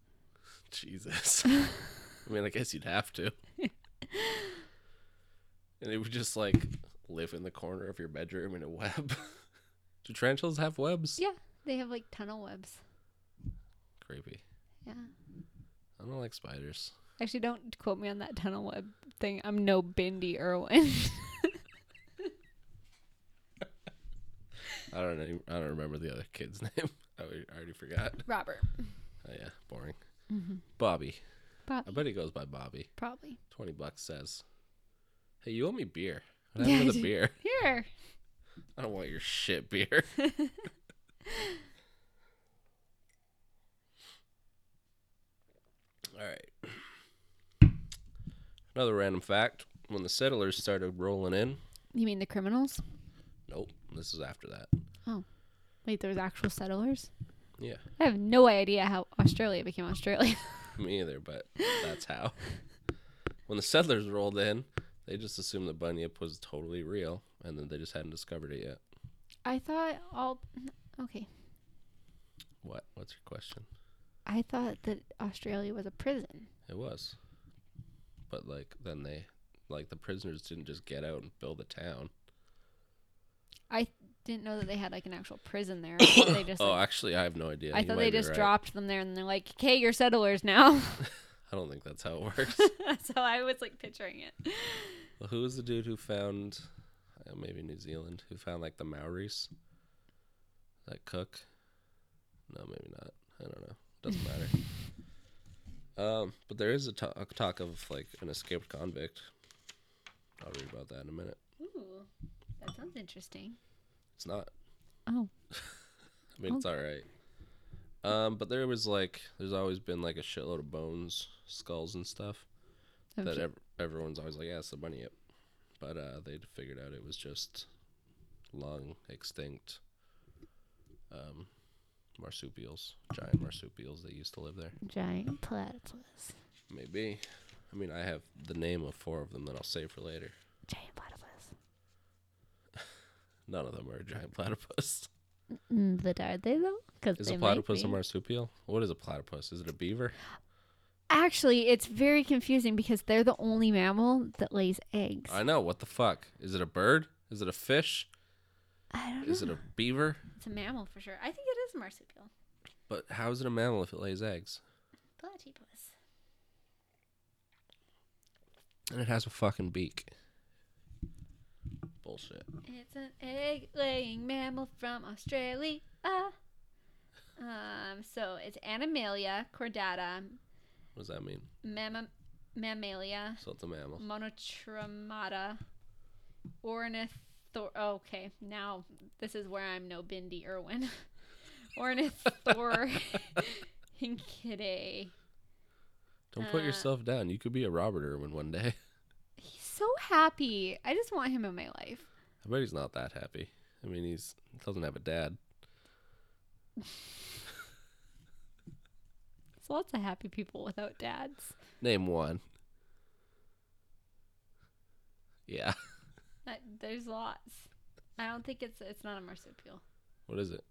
B: Jesus. I mean, I guess you'd have to. and it would just like live in the corner of your bedroom in a web. Do tarantulas have webs?
A: Yeah. They have like tunnel webs.
B: Creepy.
A: Yeah.
B: I don't like spiders.
A: Actually, don't quote me on that tunnel web thing. I'm no Bindi Irwin.
B: I don't know. I don't remember the other kid's name. I already- I already forgot.
A: Robert.
B: Oh yeah, boring.
A: Mm-hmm.
B: Bobby.
A: Bob-
B: I bet he goes by Bobby.
A: probably.
B: Twenty bucks says, "Hey, you owe me beer. What
A: Yeah,
B: happened
A: I
B: to the
A: do.
B: beer?
A: Here.
B: I don't want your shit beer." All right. Another random fact: When the settlers started rolling in,
A: You mean the criminals?
B: nope, this is after that.
A: Wait, there was actual settlers?
B: Yeah,
A: I have no idea how Australia became Australia.
B: me either, but that's how. When the settlers rolled in, they just assumed the bunyip was totally real, and then they just hadn't discovered it yet.
A: I thought all. Okay.
B: What? What's your question?
A: I thought that Australia was a prison.
B: It was. But like then they like the prisoners didn't just get out and build a town.
A: I didn't know that they had like an actual prison there. I thought they just.
B: oh,
A: like-
B: actually I have no idea.
A: I
B: You
A: thought
B: might
A: they
B: be
A: just
B: right.
A: dropped them there and they're like, okay, you're settlers now.
B: I don't think that's how it works.
A: That's how I was like picturing it.
B: well, who was the dude who found uh, maybe New Zealand who found like the Maoris? That cook? No, maybe not. I don't know. Doesn't matter. Um, but there is a to- a talk of like an escaped convict. I'll read about that in a minute.
A: Ooh, that sounds interesting.
B: It's not.
A: Oh.
B: I mean, it's all right. Um, but there was like, there's always been like a shitload of bones, skulls, and stuff that ev- everyone's always like, yeah, it's the bunny up. But uh, they figured out it was just long extinct um, marsupials, giant marsupials that used to live there.
A: Giant platypus.
B: Maybe. I mean, I have the name of four of them that I'll save for later.
A: Giant platypus.
B: None of them are a giant platypus.
A: Mm, but are they though? Because
B: Is a platypus a marsupial? What is a platypus? Is it a beaver?
A: Actually, it's very confusing because they're the only mammal that lays eggs.
B: I know. What the fuck? Is it a bird? Is it a fish?
A: I don't know.
B: Is it a beaver?
A: It's a mammal for sure. I think it is a marsupial.
B: But how is it a mammal if it lays eggs?
A: Platypus.
B: And it has a fucking beak. Bullshit.
A: It's an egg-laying mammal from Australia. Um, so it's Animalia, Chordata,
B: What does that mean?
A: Mamma, Mammalia,
B: So it's a mammal.
A: Monotremata, Ornithor. Oh, okay, now this is where I'm no Bindi Irwin. Ornithor. Hinkidae.
B: Don't put
A: Uh,
B: yourself down. You could be a Robert Irwin one day.
A: He's so happy. I just want him in my life.
B: I bet he's not that happy. I mean, he's he doesn't have a dad.
A: There's lots of happy people without dads.
B: Name one. Yeah.
A: Uh, there's lots. I don't think it's it's not a marsupial.
B: What is it?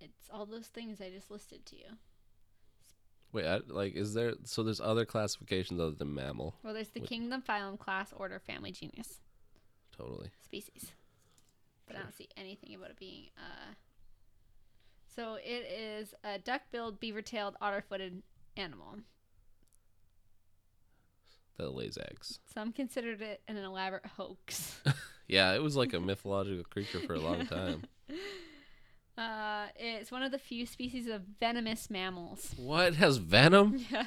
A: It's all those things I just listed to you.
B: Wait, I, like, is there? So there's other classifications other than mammal.
A: Well, there's the
B: What-
A: kingdom, phylum, class, order, family, genus,
B: Totally.
A: species. But I don't see anything about it being. Uh... So it is a duck-billed, beaver-tailed, otter-footed animal.
B: That lays eggs.
A: Some considered it an elaborate hoax.
B: Yeah, it was like a mythological creature for a long time.
A: uh, it's one of the few species of venomous mammals.
B: What it has venom?
A: Yeah.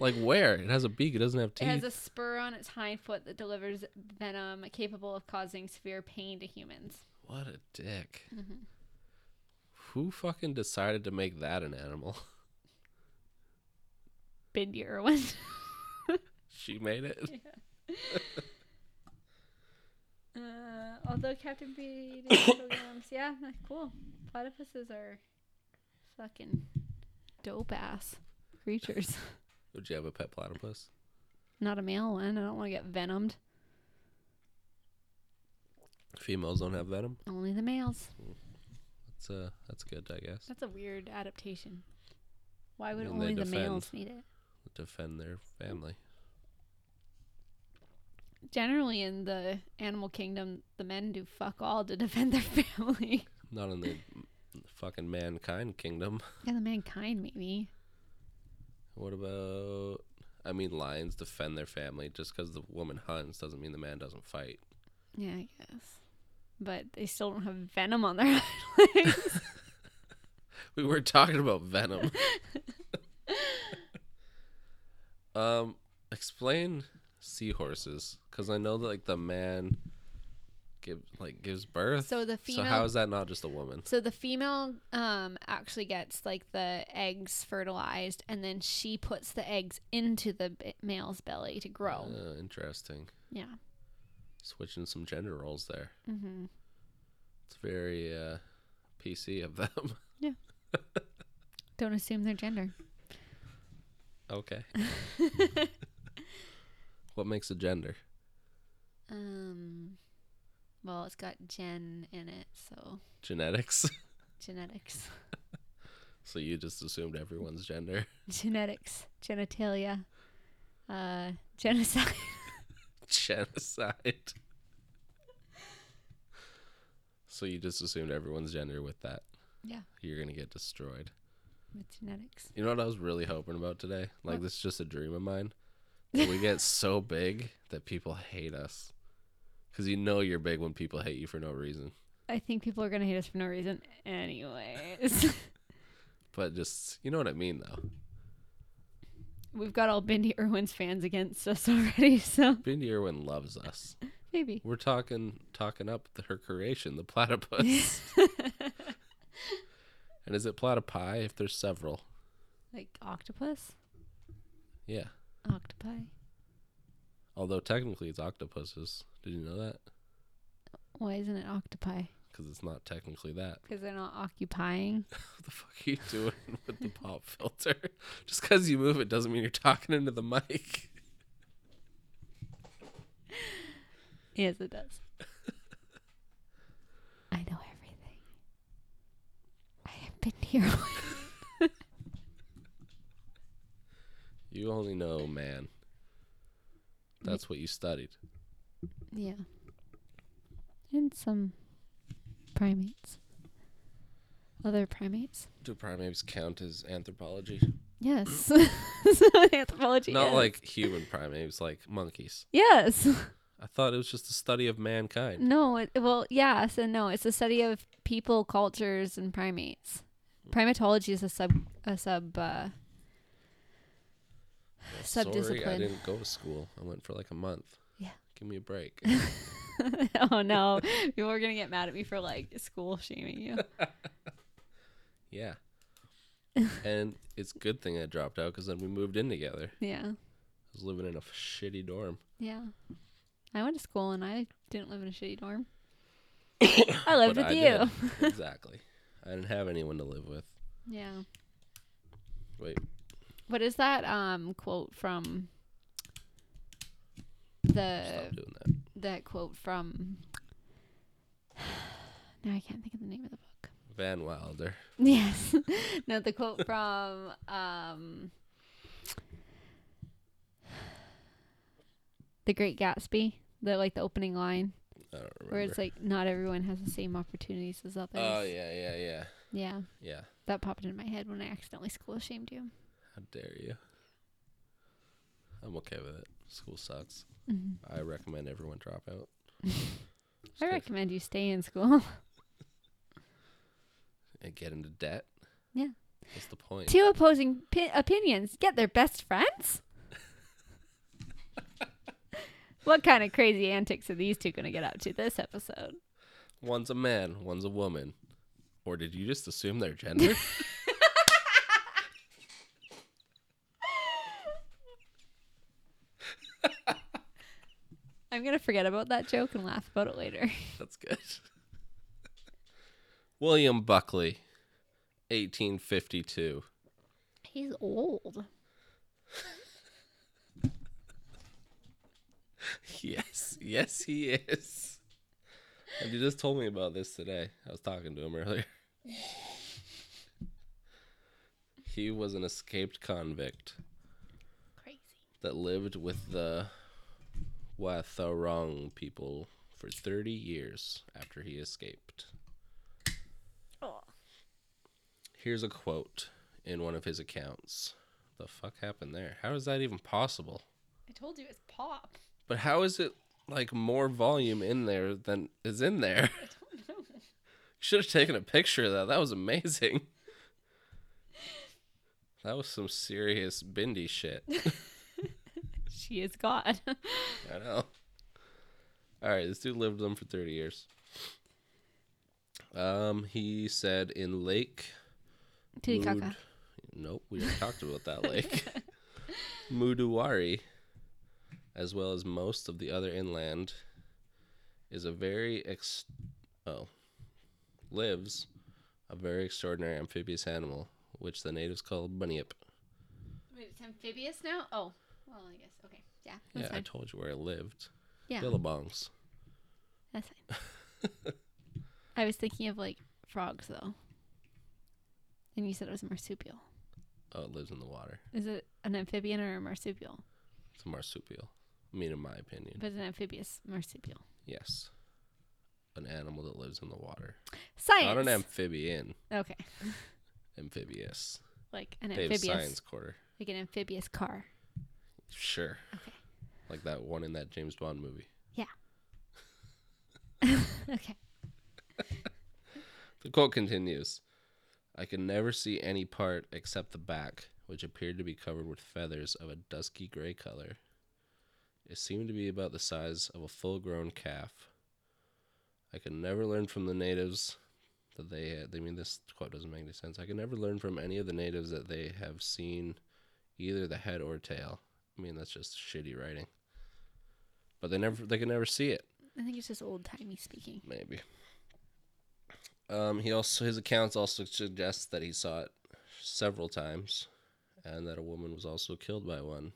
B: Like where? It has a beak. It doesn't have
A: It
B: teeth.
A: has a spur on its hind foot that delivers venom capable of causing severe pain to humans.
B: what a dick! Who fucking decided to make that an animal?
A: Bindi Irwin.
B: she made it.
A: uh, although captivating programs, yeah, that's cool. Platypuses are fucking dope ass creatures.
B: Would you have a pet platypus?
A: Not a male one. I don't want to get venomed.
B: Females don't have venom.
A: Only the males.
B: That's uh, that's good, I guess.
A: That's a weird adaptation. Why would
B: And they
A: only the
B: defend.
A: males need it?
B: Defend their family.
A: Generally, in the animal kingdom, the men do fuck all to defend their family.
B: Not in the fucking mankind kingdom.
A: yeah, the mankind maybe.
B: What about? I mean, lions defend their family. Just because the woman hunts doesn't mean the man doesn't fight.
A: Yeah, I guess. But they still don't have venom on their eyelids.
B: We were talking about venom. um, explain seahorses, because I know that like the man give like gives birth.
A: So the
B: So how
A: female-
B: is that not just a woman?
A: so the female um, actually gets like the eggs fertilized, and then she puts the eggs into the b- male's belly to grow.
B: Uh, interesting.
A: yeah.
B: Switching some gender roles there.
A: Mm-hmm.
B: It's very uh, PC of them.
A: Don't assume their gender.
B: okay. what makes a gender?
A: Um, well, it's got gen in it, so
B: Genetics.
A: genetics,
B: so you just assumed everyone's gender.
A: genetics, genitalia, uh, genocide.
B: genocide. so you just assumed everyone's gender with that.
A: Yeah.
B: You're gonna get destroyed.
A: With genetics.
B: You know what I was really hoping about today? Like
A: What?
B: this is just a dream of mine. That we get so big that people hate us. Cause you know you're big when people hate you for no reason.
A: I think people are gonna hate us for no reason, anyways.
B: But just you know what I mean though.
A: We've got all Bindi Irwin's fans against us already, so
B: Bindi Irwin loves us.
A: maybe.
B: We're talking talking up the, her creation, the platypus. and is it platypi if there's several?
A: like octopus,
B: Yeah.
A: octopi.
B: Although technically it's octopuses. Did you know that?
A: Why isn't it octopi?
B: Because it's not technically that.
A: Because they're not occupying.
B: What the fuck are you doing with the pop filter? Just because you move it doesn't mean you're talking into the mic.
A: Yes, it does. I know everything. I have been here.
B: You only know man. That's what you studied.
A: yeah. And some primates. Other primates?
B: Do primates count as anthropology?
A: Yes. Anthropology.
B: Not
A: yes.
B: like human primates, like monkeys.
A: Yes.
B: I thought it was just a study of mankind.
A: No, it, well, yes and no. It's a study of people, cultures, and primates. Primatology is a sub a sub uh,
B: Sorry, I
A: Subdiscipline.
B: didn't go to school. I went for like a month.
A: Yeah.
B: Give me a break.
A: oh no. People are gonna get mad at me for like school shaming you.
B: yeah. and it's a good thing I dropped out because then we moved in together.
A: Yeah.
B: I was living in a shitty dorm.
A: Yeah. I went to school and I didn't live in a shitty dorm. I lived with
B: But I
A: you.
B: did. exactly. I didn't have anyone to live with.
A: Yeah.
B: Wait,
A: What is that um quote from the
B: stop doing that.
A: that quote from now I can't think of the name of the book.
B: Van Wilder.
A: Yes. no, the quote from um The Great Gatsby, the like the opening line
B: I don't remember.
A: where it's like not everyone has the same opportunities as others.
B: oh yeah, yeah, yeah,
A: Yeah,
B: yeah.
A: that popped into my head when I accidentally school shamed you.
B: How dare you? I'm okay with it. School sucks.
A: Mhm.
B: I recommend everyone drop out.
A: I recommend you stay in school.
B: And get into debt.
A: Yeah.
B: What's the point?
A: Two opposing pi- opinions get their best friends. what kind of crazy antics are these two going to get up to this episode?
B: One's a man, one's a woman. Or did you just assume their gender?
A: I'm going to forget about that joke and laugh about it later.
B: That's good. William Buckley, 1852.
A: He's old.
B: Yes, yes, he is. And you just told me about this today. I was talking to him earlier. he was an escaped convict
A: Crazy.
B: that lived with the Watharong people for 30 years after he escaped.
A: Oh.
B: Here's a quote in one of his accounts. The fuck happened there? How is that even possible?
A: I told you it's pop.
B: But how is it like more volume in there than is in there?
A: I don't know.
B: Should have taken a picture of that. That was amazing. That was some serious bindy shit.
A: She is God.
B: I know. All right, this dude lived with them for 30 years. Um, he said in Lake.
A: Titicaca.
B: Mood- Nope, we already talked about that lake. Muduwari, as well as most of the other inland, is a very ex. Oh, lives a very extraordinary amphibious animal, which the natives call bunyip.
A: Wait, it's amphibious now? Oh. Well, I guess. Okay. Yeah. That's
B: yeah, I
A: fine.
B: told you where it lived.
A: Yeah.
B: Billabongs.
A: That's fine. I was thinking of like frogs though. And you said it was a marsupial.
B: Oh, it lives in the water.
A: Is it an amphibian or a marsupial?
B: It's a marsupial. I mean, in my opinion,
A: But it's an amphibious marsupial.
B: yes, an animal that lives in the water,
A: Science.
B: not an amphibian.
A: okay.
B: Amphibious.
A: Like an
B: Dave's
A: amphibious.
B: science quarter.
A: Like an amphibious car.
B: Sure.
A: Okay.
B: Like that one in that James Bond movie.
A: Okay.
B: The quote continues I could never see any part except the back, which appeared to be covered with feathers of a dusky gray color. It seemed to be about the size of a full grown calf. I could never learn from the natives that they had. I mean, this quote doesn't make any sense. I could never learn from any of the natives that they have seen either the head or tail. I mean, that's just shitty writing. But they never, they could never see it.
A: I think it's just old timey speaking.
B: Maybe. Um, he also his accounts also suggest that he saw it several times, and that a woman was also killed by one,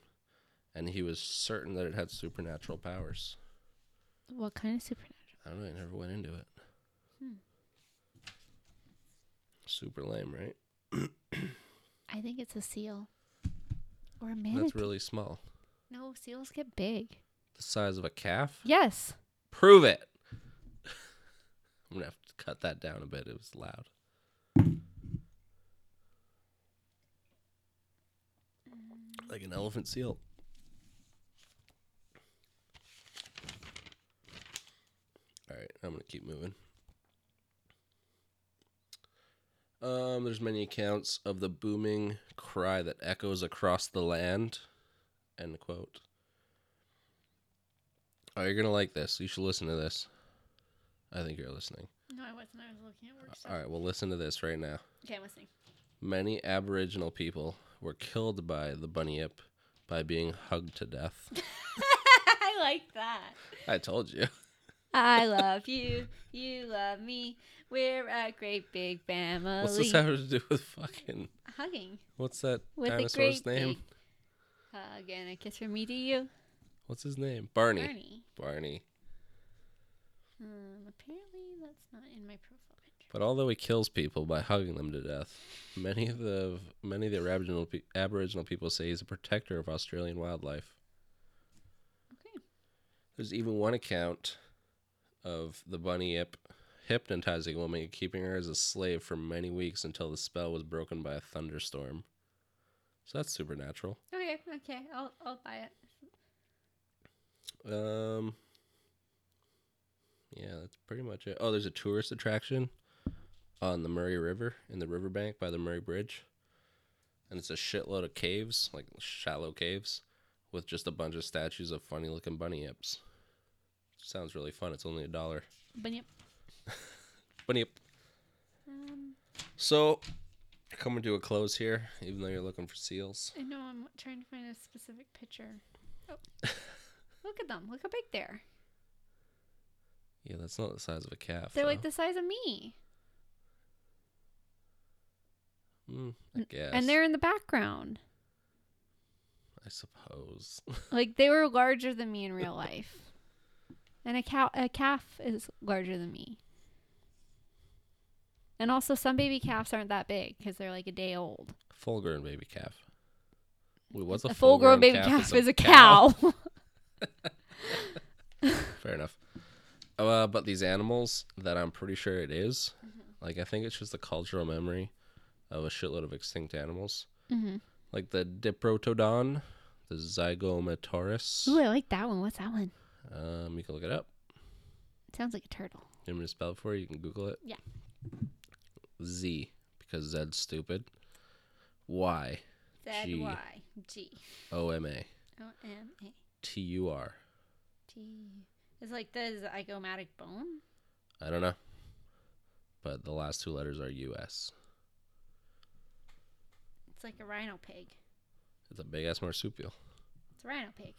B: and he was certain that it had supernatural powers.
A: What kind of supernatural?
B: I don't know. I never went into it.
A: Hmm.
B: Super lame, right?
A: I think it's a seal. Or a manatee.
B: That's really small.
A: no, seals get big.
B: The size of a calf.
A: Yes.
B: Prove it. I'm gonna have to cut that down a bit. It was loud. Like an elephant seal. All right, I'm gonna keep moving. Um, there's many accounts of the booming cry that echoes across the land. End quote. Oh, you're gonna like this. You should listen to this. I think you're listening.
A: No, I wasn't. I was looking at work.
B: Uh, All right, well, listen to this right now.
A: Okay, I'm listening.
B: Many Aboriginal people were killed by the bunyip by being hugged to death.
A: I like that.
B: I told you.
A: I love you. You love me. We're a great big family.
B: What's this have to do with fucking?
A: Hugging.
B: What's that
A: With a
B: dinosaur's
A: great
B: name?
A: big hug and a kiss from me to you.
B: What's his name? Barney. Barney.
A: Ernie. Um, apparently that's not in my profile picture.
B: But although he kills people by hugging them to death, many of the many of the Aboriginal pe- Aboriginal people say he's a protector of Australian wildlife.
A: Okay.
B: There's even one account of the bunny hip hypnotizing a woman and keeping her as a slave for many weeks until the spell was broken by a thunderstorm. So that's supernatural.
A: Okay, okay. I'll, I'll buy it.
B: Um Yeah, that's pretty much it. Oh, there's a tourist attraction on the Murray River in the riverbank by the Murray Bridge. And it's a shitload of caves, like shallow caves, with just a bunch of statues of funny looking bunny hips. Sounds really fun. It's only a dollar.
A: But yep.
B: Bunny hip.
A: Um,
B: So, coming to a close here, even though you're looking for seals.
A: I know I'm trying to find a specific picture. Oh. Look at them. Look how big they're.
B: Yeah, that's not the size of a calf.
A: They're
B: though.
A: like the size of me.
B: Mm, I guess.
A: And they're in the background.
B: I suppose.
A: Like they were larger than me in real life. and a cow a calf is larger than me. And also, some baby calves aren't that big because they're like a day old.
B: Full grown baby calf. Wait, what's a,
A: A, full grown baby calf, is a cow.
B: Fair enough. Uh, but these animals that I'm pretty sure it is,
A: Mm-hmm.
B: like I think it's just the cultural memory of a shitload of extinct animals,
A: Mhm.
B: like the Diprotodon, the Zygomatoris.
A: Ooh, I like that one. What's that one?
B: Um, you can look it up.
A: sounds like a turtle.
B: You want me to spell it for you? You can Google it.
A: Yeah.
B: Z because Z's stupid. Y Gee.
A: G
B: O M A
A: O M A
B: T U R.
A: T. It's like the zygomatic bone.
B: I don't know, but the last two letters are U S.
A: It's like a rhino pig.
B: It's a big ass marsupial.
A: It's a rhino pig.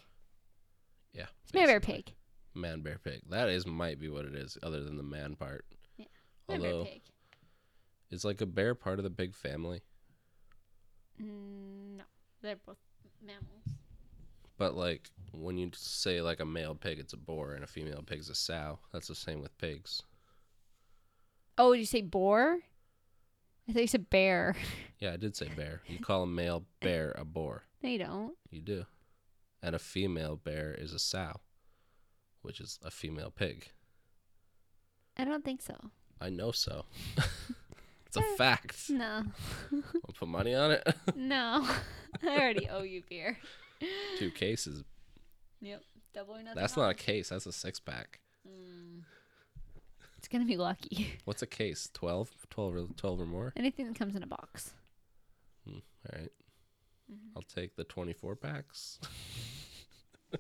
B: Yeah.
A: It's my bear pig.
B: Man bear pig. That is might be what it is, other than the man part.
A: Yeah. My bear
B: Although
A: pig.
B: it's like a bear part of the pig family,
A: Mm, no, they're both mammals.
B: but like when you say like a male pig, it's a boar, and a female pig's a sow. That's the same with pigs.
A: Oh, did you say boar? I thought you said bear.
B: Yeah, I did say bear. You call a male bear a boar.
A: No, you don't.
B: You do. And a female bear is a sow, which is a female pig.
A: I don't think so.
B: I know so. it's a fact.
A: No,
B: I'll put money on it.
A: no. I already owe you beer.
B: Two cases.
A: Yep, double or nothing.
B: That's not a case. That's a six pack.
A: It's gonna be lucky.
B: What's a case? 12? 12 or, 12 or more?
A: Anything that comes in a box.
B: Hmm, all right. I'll take the 24 packs.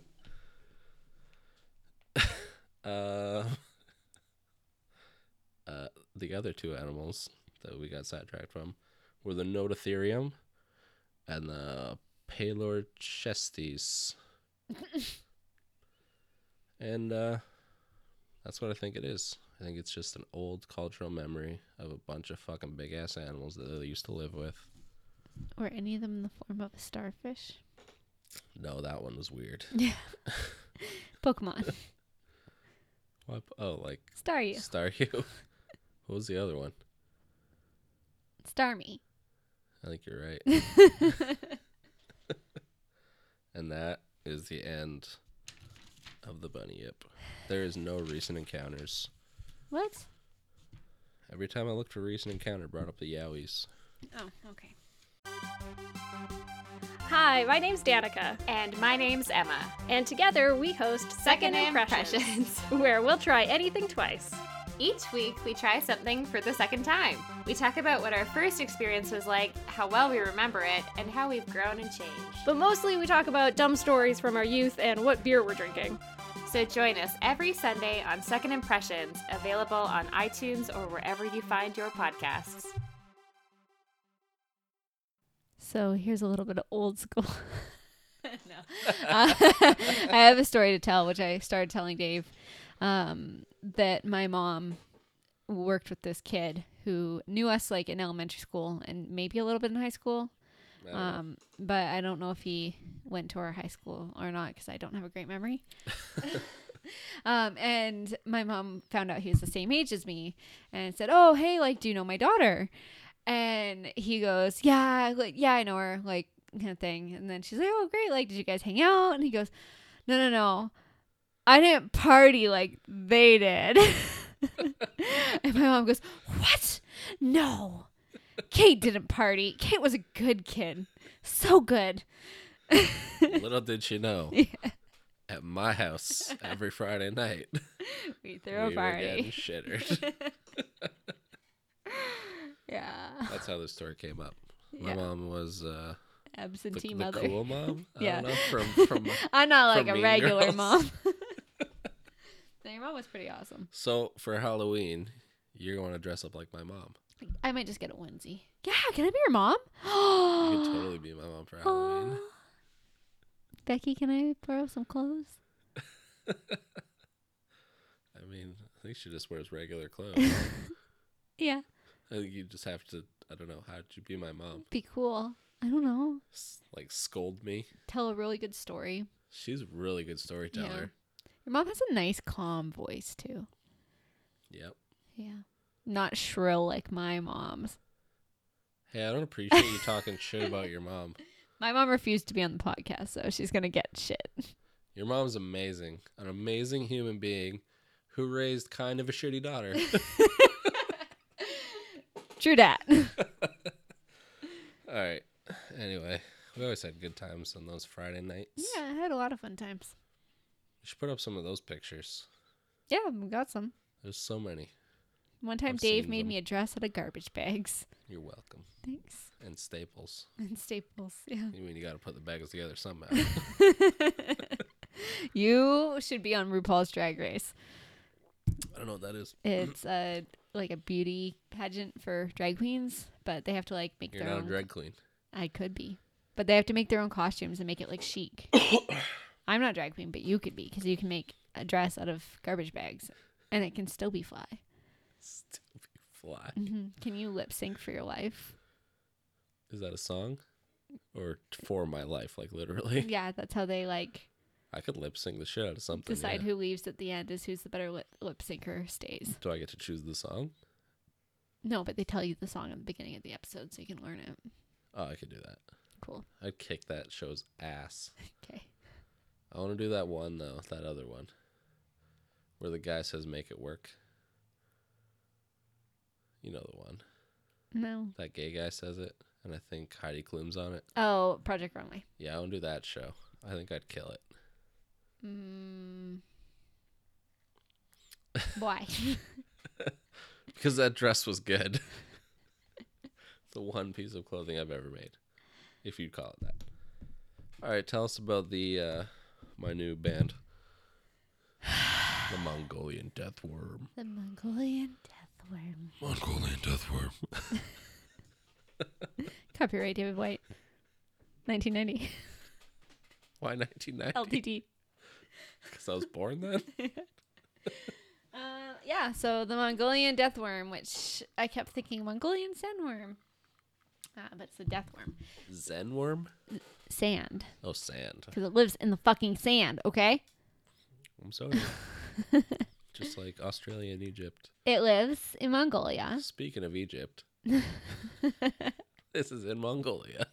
B: uh, uh, the other two animals that we got sidetracked from were the Nototherium and the Palorchestes. and uh, that's what I think it is. I think it's just an old cultural memory of a bunch of fucking big ass animals that they used to live with.
A: Were any of them in the form of a starfish?
B: No, that one was weird.
A: Pokemon.
B: What? Oh, like
A: Star you.
B: Star You. what was the other one?
A: Star me.
B: I think you're right. and that is the end of the bunny yip. There is no recent encounters.
A: What?
B: Every time I looked for recent encounter, it brought up the yowies.
A: Oh, okay.
C: Hi, my name's Danica.
D: And my name's Emma.
C: And together we host Second,
D: Second
C: Impressions,
D: Impressions.
C: where we'll try anything twice.
D: Each week, we try something for the second time. We talk about what our first experience was like, how well we remember it, and how we've grown and changed.
C: But mostly we talk about dumb stories from our youth and what beer we're drinking.
D: So join us every Sunday on Second Impressions, available on iTunes or wherever you find your podcasts.
A: So here's a little bit of old school.
D: no.
A: Uh, I have a story to tell, which I started telling Dave um, that my mom worked with this kid who knew us like in elementary school and maybe a little bit in high school.
B: I don't know.
A: Um, but I don't know if he went to our high school or not because I don't have a great memory. um, and my mom found out he was the same age as me and said, "Oh, hey, like, do you know my daughter?" And he goes, "Yeah, like, yeah, I know her," like kind of thing. And then she's like, "Oh, great! Like, did you guys hang out?" And he goes, "No, no, no, I didn't party like they did." and my mom goes, "What? No." Kate didn't party. Kate was a good kid. So good.
B: Little did she know. At my house every Friday night,
A: We
B: we
A: threw
B: were
A: a
B: getting
A: party.
B: shittered.
A: Yeah.
B: That's how the story came up. My
A: Yeah.
B: mom was uh, the,
A: Absentee
B: the
A: mother.
B: cool mom. I
A: Yeah.
B: don't know, from from
A: I'm not
B: from
A: like a
B: Mean
A: regular
B: Girls.
A: mom. no, your mom was pretty awesome.
B: So for Halloween, you're going to dress up like my mom.
A: I might just get a onesie. Yeah, can I be your mom?
B: You could totally be my mom for Halloween.
A: Aw. Becky, can I borrow some clothes?
B: I mean, I think she just wears regular clothes. I
A: Yeah,
B: think you just have to. I don't know. How'd you be my mom?
A: be cool. I don't know.
B: S- like scold me.
A: Tell a really good story.
B: She's a really good storyteller.
A: Your mom has a nice, calm voice too.
B: Yep.
A: Yeah. Not shrill like my mom's.
B: Hey, I don't appreciate you talking shit about your mom.
A: My mom refused to be on the podcast, so she's gonna get shit.
B: Your mom's amazing, an amazing human being who raised kind of a shitty daughter.
A: True dat.
B: All right. Anyway, we always had good times on those Friday nights.
A: yeah, I had a lot of fun times.
B: You should put up some of those pictures.
A: Yeah, we got some.
B: There's so many.
A: One time,
B: I've
A: Dave
B: seen
A: made
B: them.
A: me a dress out of garbage bags.
B: You're welcome.
A: Thanks.
B: And Staples.
A: And staples. Yeah.
B: You mean you got to put the bags together somehow?
A: you should be on RuPaul's Drag Race.
B: I don't know what that is.
A: It's a like a beauty pageant for drag queens, but they have to like make
B: You're
A: their
B: not a
A: own.
B: drag queen.
A: I could be, but they have to make their own costumes and make it like chic. I'm not a drag queen, but you could be because you can make a dress out of garbage bags, and it can still be fly.
B: Still be fly.
A: hmm Can you lip sync for your life?
B: Is that a song? Or t- for my life, like literally?
A: yeah, that's how they like
B: I could lip sync the shit out of something.
A: decide
B: Oh, yeah.
A: who leaves at the end is who's the better lip, lip syncer stays.
B: Do I get to choose the song?
A: No, but they tell you the song at the beginning of the episode so you can learn it.
B: Oh, I could do that.
A: Cool.
B: I'd kick that show's ass.
A: Okay.
B: I want to do that one though, that other one, where the guy says "make it work." You know the one
A: No.
B: that gay guy says it, and I think Heidi Klum's on it.
A: Oh, Project Runway.
B: Yeah, I want to do that show. I think I'd kill it.
A: Mm. Why?
B: because that dress was good. the one piece of clothing I've ever made, if you'd call it that. All right, tell us about the uh, my new band, the Mongolian Death Worm.
A: the Mongolian death worm.
B: Mongolian Death Worm.
A: Copyright David White. 1990.
B: Why 1990?
A: LTD.
B: Because I was born then.
A: Uh, yeah, so the Mongolian death worm, which I kept thinking Mongolian sandworm. Ah, but it's the death worm.
B: Zen Worm.
A: Sand.
B: Oh, sand.
A: Because it lives in the fucking sand, okay?
B: I'm sorry. Just like Australia and Egypt.
A: It lives in Mongolia.
B: Speaking of Egypt, this is in Mongolia.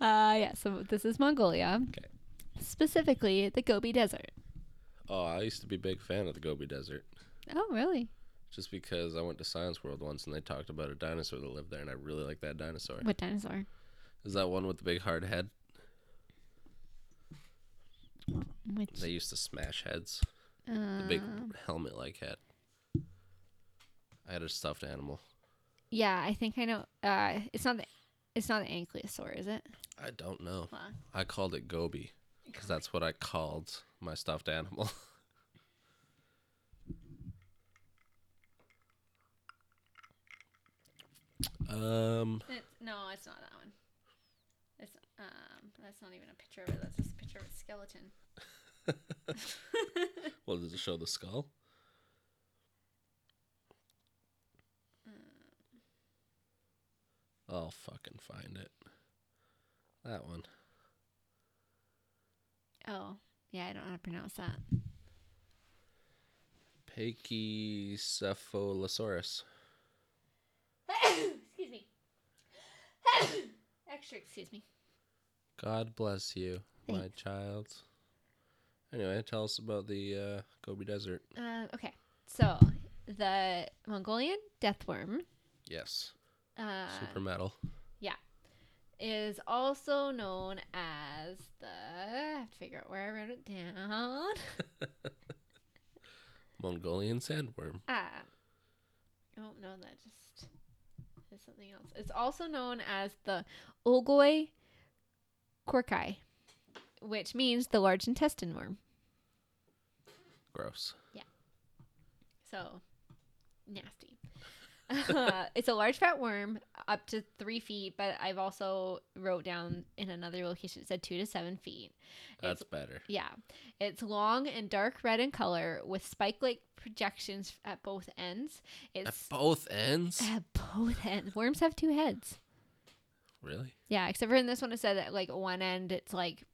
A: Uh, yeah, so this is Mongolia.
B: Okay.
A: Specifically, the Gobi Desert.
B: Oh, I used to be a big fan of the Gobi Desert.
A: Oh, really?
B: just because I went to Science World once and they talked about a dinosaur that lived there, and I really like that dinosaur.
A: What dinosaur?
B: Is that one with the big hard head?
A: Which
B: They used to smash heads. The
A: uh,
B: big helmet-like head. I had a stuffed animal.
A: yeah, I think I know. Uh, it's not the it's not the ankylosaur, is it?
B: I don't know.
A: Wow.
B: I called it Gobi because that's what I called my stuffed animal. um,
A: It's, no, it's not that one. It's um, that's not even a picture of it. That's just a picture of its skeleton.
B: well, does it show the skull?
A: Mm.
B: I'll fucking find it. That one.
A: Oh, yeah, I don't know how to pronounce that.
B: Pachycephalosaurus.
A: excuse me. Extra, excuse me.
B: God bless you, my child. Anyway, tell us about the uh, Gobi Desert.
A: Uh, okay, so the Mongolian death worm.
B: Yes.
A: Uh,
B: Super metal.
A: is also known as the. I have to figure out where I wrote it down.
B: Mongolian sandworm.
A: Ah. Oh, no, that just is something else. It's also known as the Olgoi Corkai, which means the large intestine worm.
B: Gross.
A: So, nasty. Uh, it's a large fat worm up to three feet, but I've also wrote down in another location it said two to seven feet.
B: That's better.
A: Yeah. It's long and dark red in color with spike like projections at both ends.
B: At
A: It's
B: both ends?
A: at both ends. Worms have two heads.
B: Really?
A: Yeah, except for in this one it said that like one end it's like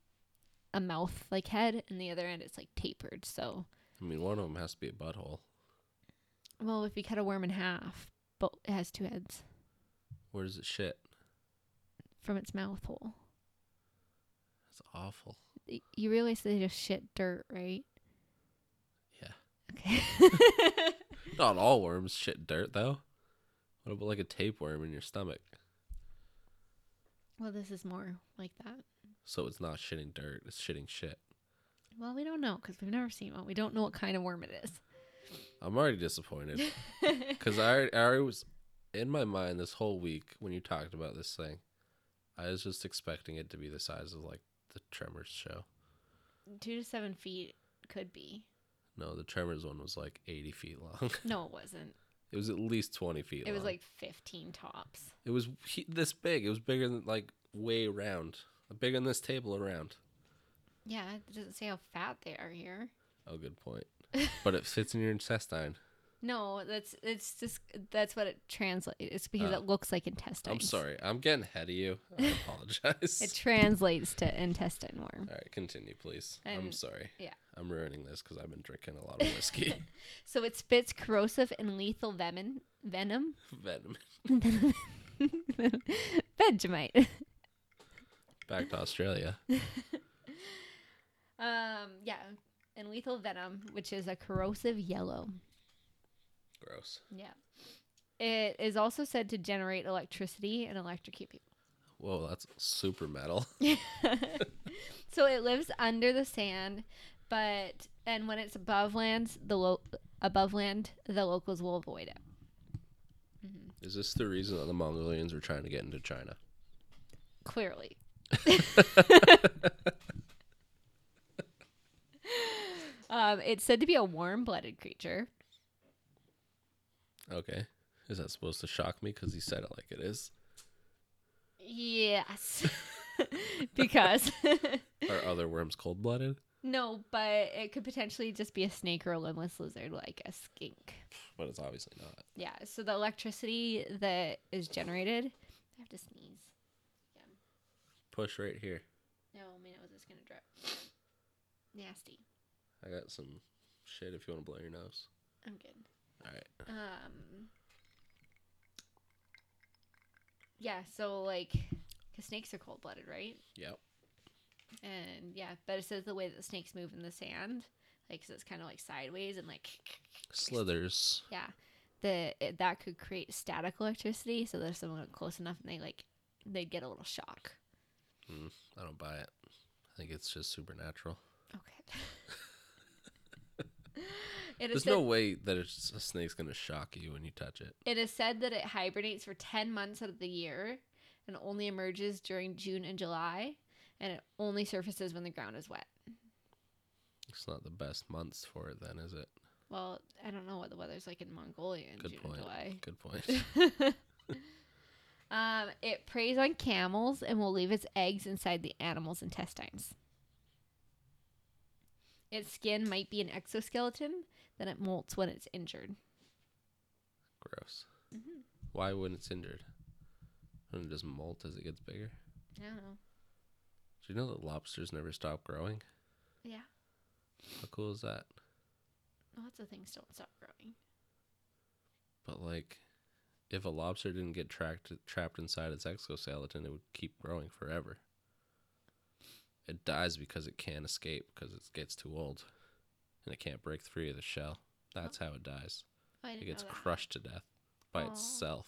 A: a mouth like head, and the other end it's like tapered. So,
B: I mean, one of them has to be a butthole.
A: well, if you cut a worm in half, but it has two heads
B: Where does it shit?
A: from its mouth hole.
B: That's awful.
A: Y- You realize they just shit dirt, right?
B: Yeah.
A: Okay.
B: Not all worms shit dirt though. What about like a tapeworm in your stomach?
A: well, this is more like that.
B: So it's not shitting dirt. It's shitting shit.
A: Well, we don't know because we've never seen one. We don't know what kind of worm it is.
B: I'm already disappointed because I, already- I already was in my mind this whole week when you talked about this thing. I was just expecting it to be the size of like the Tremors show.
A: Two to seven feet could be.
B: No, the Tremors one was like 80 feet long.
A: No, it wasn't.
B: it was at least 20 feet.
A: It was
B: long.
A: like 15 tops.
B: it was he- this big. It was bigger than like way round, bigger than this table around.
A: Yeah, it doesn't say how fat they are here.
B: Oh, good point. But it fits in your intestine.
A: No, that's it's just that's what it translates. It's because
B: Oh.
A: it looks like intestine.
B: I'm sorry. I'm getting ahead of you. I apologize.
A: It translates to intestine worm.
B: All right, continue, please. I'm
A: And-
B: sorry.
A: yeah.
B: I'm ruining this because I've been drinking a lot of whiskey.
A: So it spits corrosive and lethal venom, venom,
B: Venom.
A: Vegemite.
B: Back to Australia.
A: Um, yeah, and lethal venom, which is a corrosive yellow.
B: Gross.
A: Yeah, it is also said to generate electricity and electrocute people.
B: Whoa, that's super metal.
A: So it lives under the sand, but and when it's above land, the lo- above land, the locals will avoid it.
B: Is this the reason that the Mongolians were trying to get into China?
A: Clearly. um, it's said to be a warm-blooded creature.
B: Okay. Is that supposed to shock me because he said it like it is?
A: Yes. because
B: Are other worms cold blooded?
A: no, but it could potentially just be a snake or a limbless lizard like a skink.
B: But it's obviously not.
A: Yeah, so the electricity that is generated. I have to sneeze.
B: Push right here.
A: No, I mean it was just gonna drip. Nasty.
B: I got some shit if you want to blow your nose.
A: I'm good.
B: All right.
A: Um. Yeah, so like, cause snakes are cold-blooded, right?
B: Yep.
A: And yeah, but it says the way that snakes move in the sand, like, 'cause it's kind of like sideways and like,
B: Slithers.
A: yeah, the it, that could create static electricity. So there's someone close enough, and they like, they get a little shock.
B: I don't buy it. I think it's just supernatural.
A: Okay. it is
B: There's no way that it's, a snake's going to shock you when you touch it.
A: It is said that it hibernates for 10 months out of the year and only emerges during June and July, and it only surfaces when the ground is wet.
B: It's not the best months for it, then, is it?
A: Well, I don't know what the weather's like in Mongolia in
B: Good
A: June
B: point.
A: and July.
B: Good point.
A: Um, it preys on camels and will leave its eggs inside the animal's intestines. Its skin might be an exoskeleton, then it molts when it's injured.
B: Gross. Why when it's injured? When it doesn't molt as it gets bigger?
A: I don't know.
B: Do you know that lobsters never stop growing?
A: Yeah.
B: How cool is that?
A: Lots of things don't stop growing.
B: But like, if a lobster didn't get tracked, trapped inside its exoskeleton, it would keep growing forever. It dies because it can't escape because it gets too old, and it can't break free of the shell. That's how it dies.
A: Oh, I
B: It
A: didn't
B: gets
A: know that.
B: crushed to death by
A: Aw.
B: itself.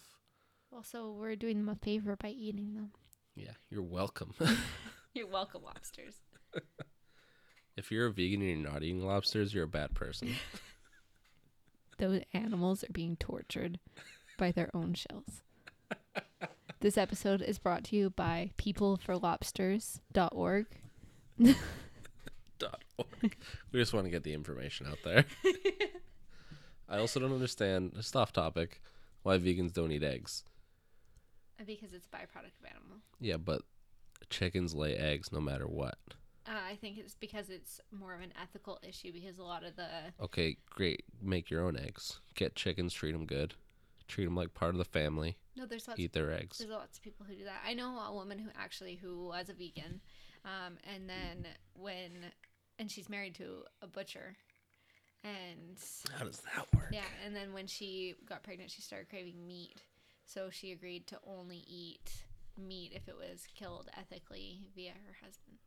A: Well, so we're doing them a favor by eating them.
B: Yeah, you're welcome.
A: You're welcome, lobsters.
B: if you're a vegan and you're not eating lobsters, you're a bad person.
A: Those animals are being tortured by their own shells. this episode is brought to you by peopleforlobsters.org.
B: dot org. we just want to get the information out there. I also don't understand, just off topic, why vegans don't eat eggs.
A: Because it's a byproduct of animal.
B: Yeah, but chickens lay eggs no matter what.
A: Uh, I think it's because it's more of an ethical issue because a lot of the.
B: Okay, great. Make your own eggs. Get chickens, treat them good. Treat them like part of the family.
A: No, there's lots
B: Eat their eggs.
A: There's lots of people who do that. I know a woman who actually who was a vegan, Um, and then when, and she's married to a butcher, and
B: How does that work?
A: yeah, and then when she got pregnant, she started craving meat, so she agreed to only eat meat if it was killed ethically via her husband.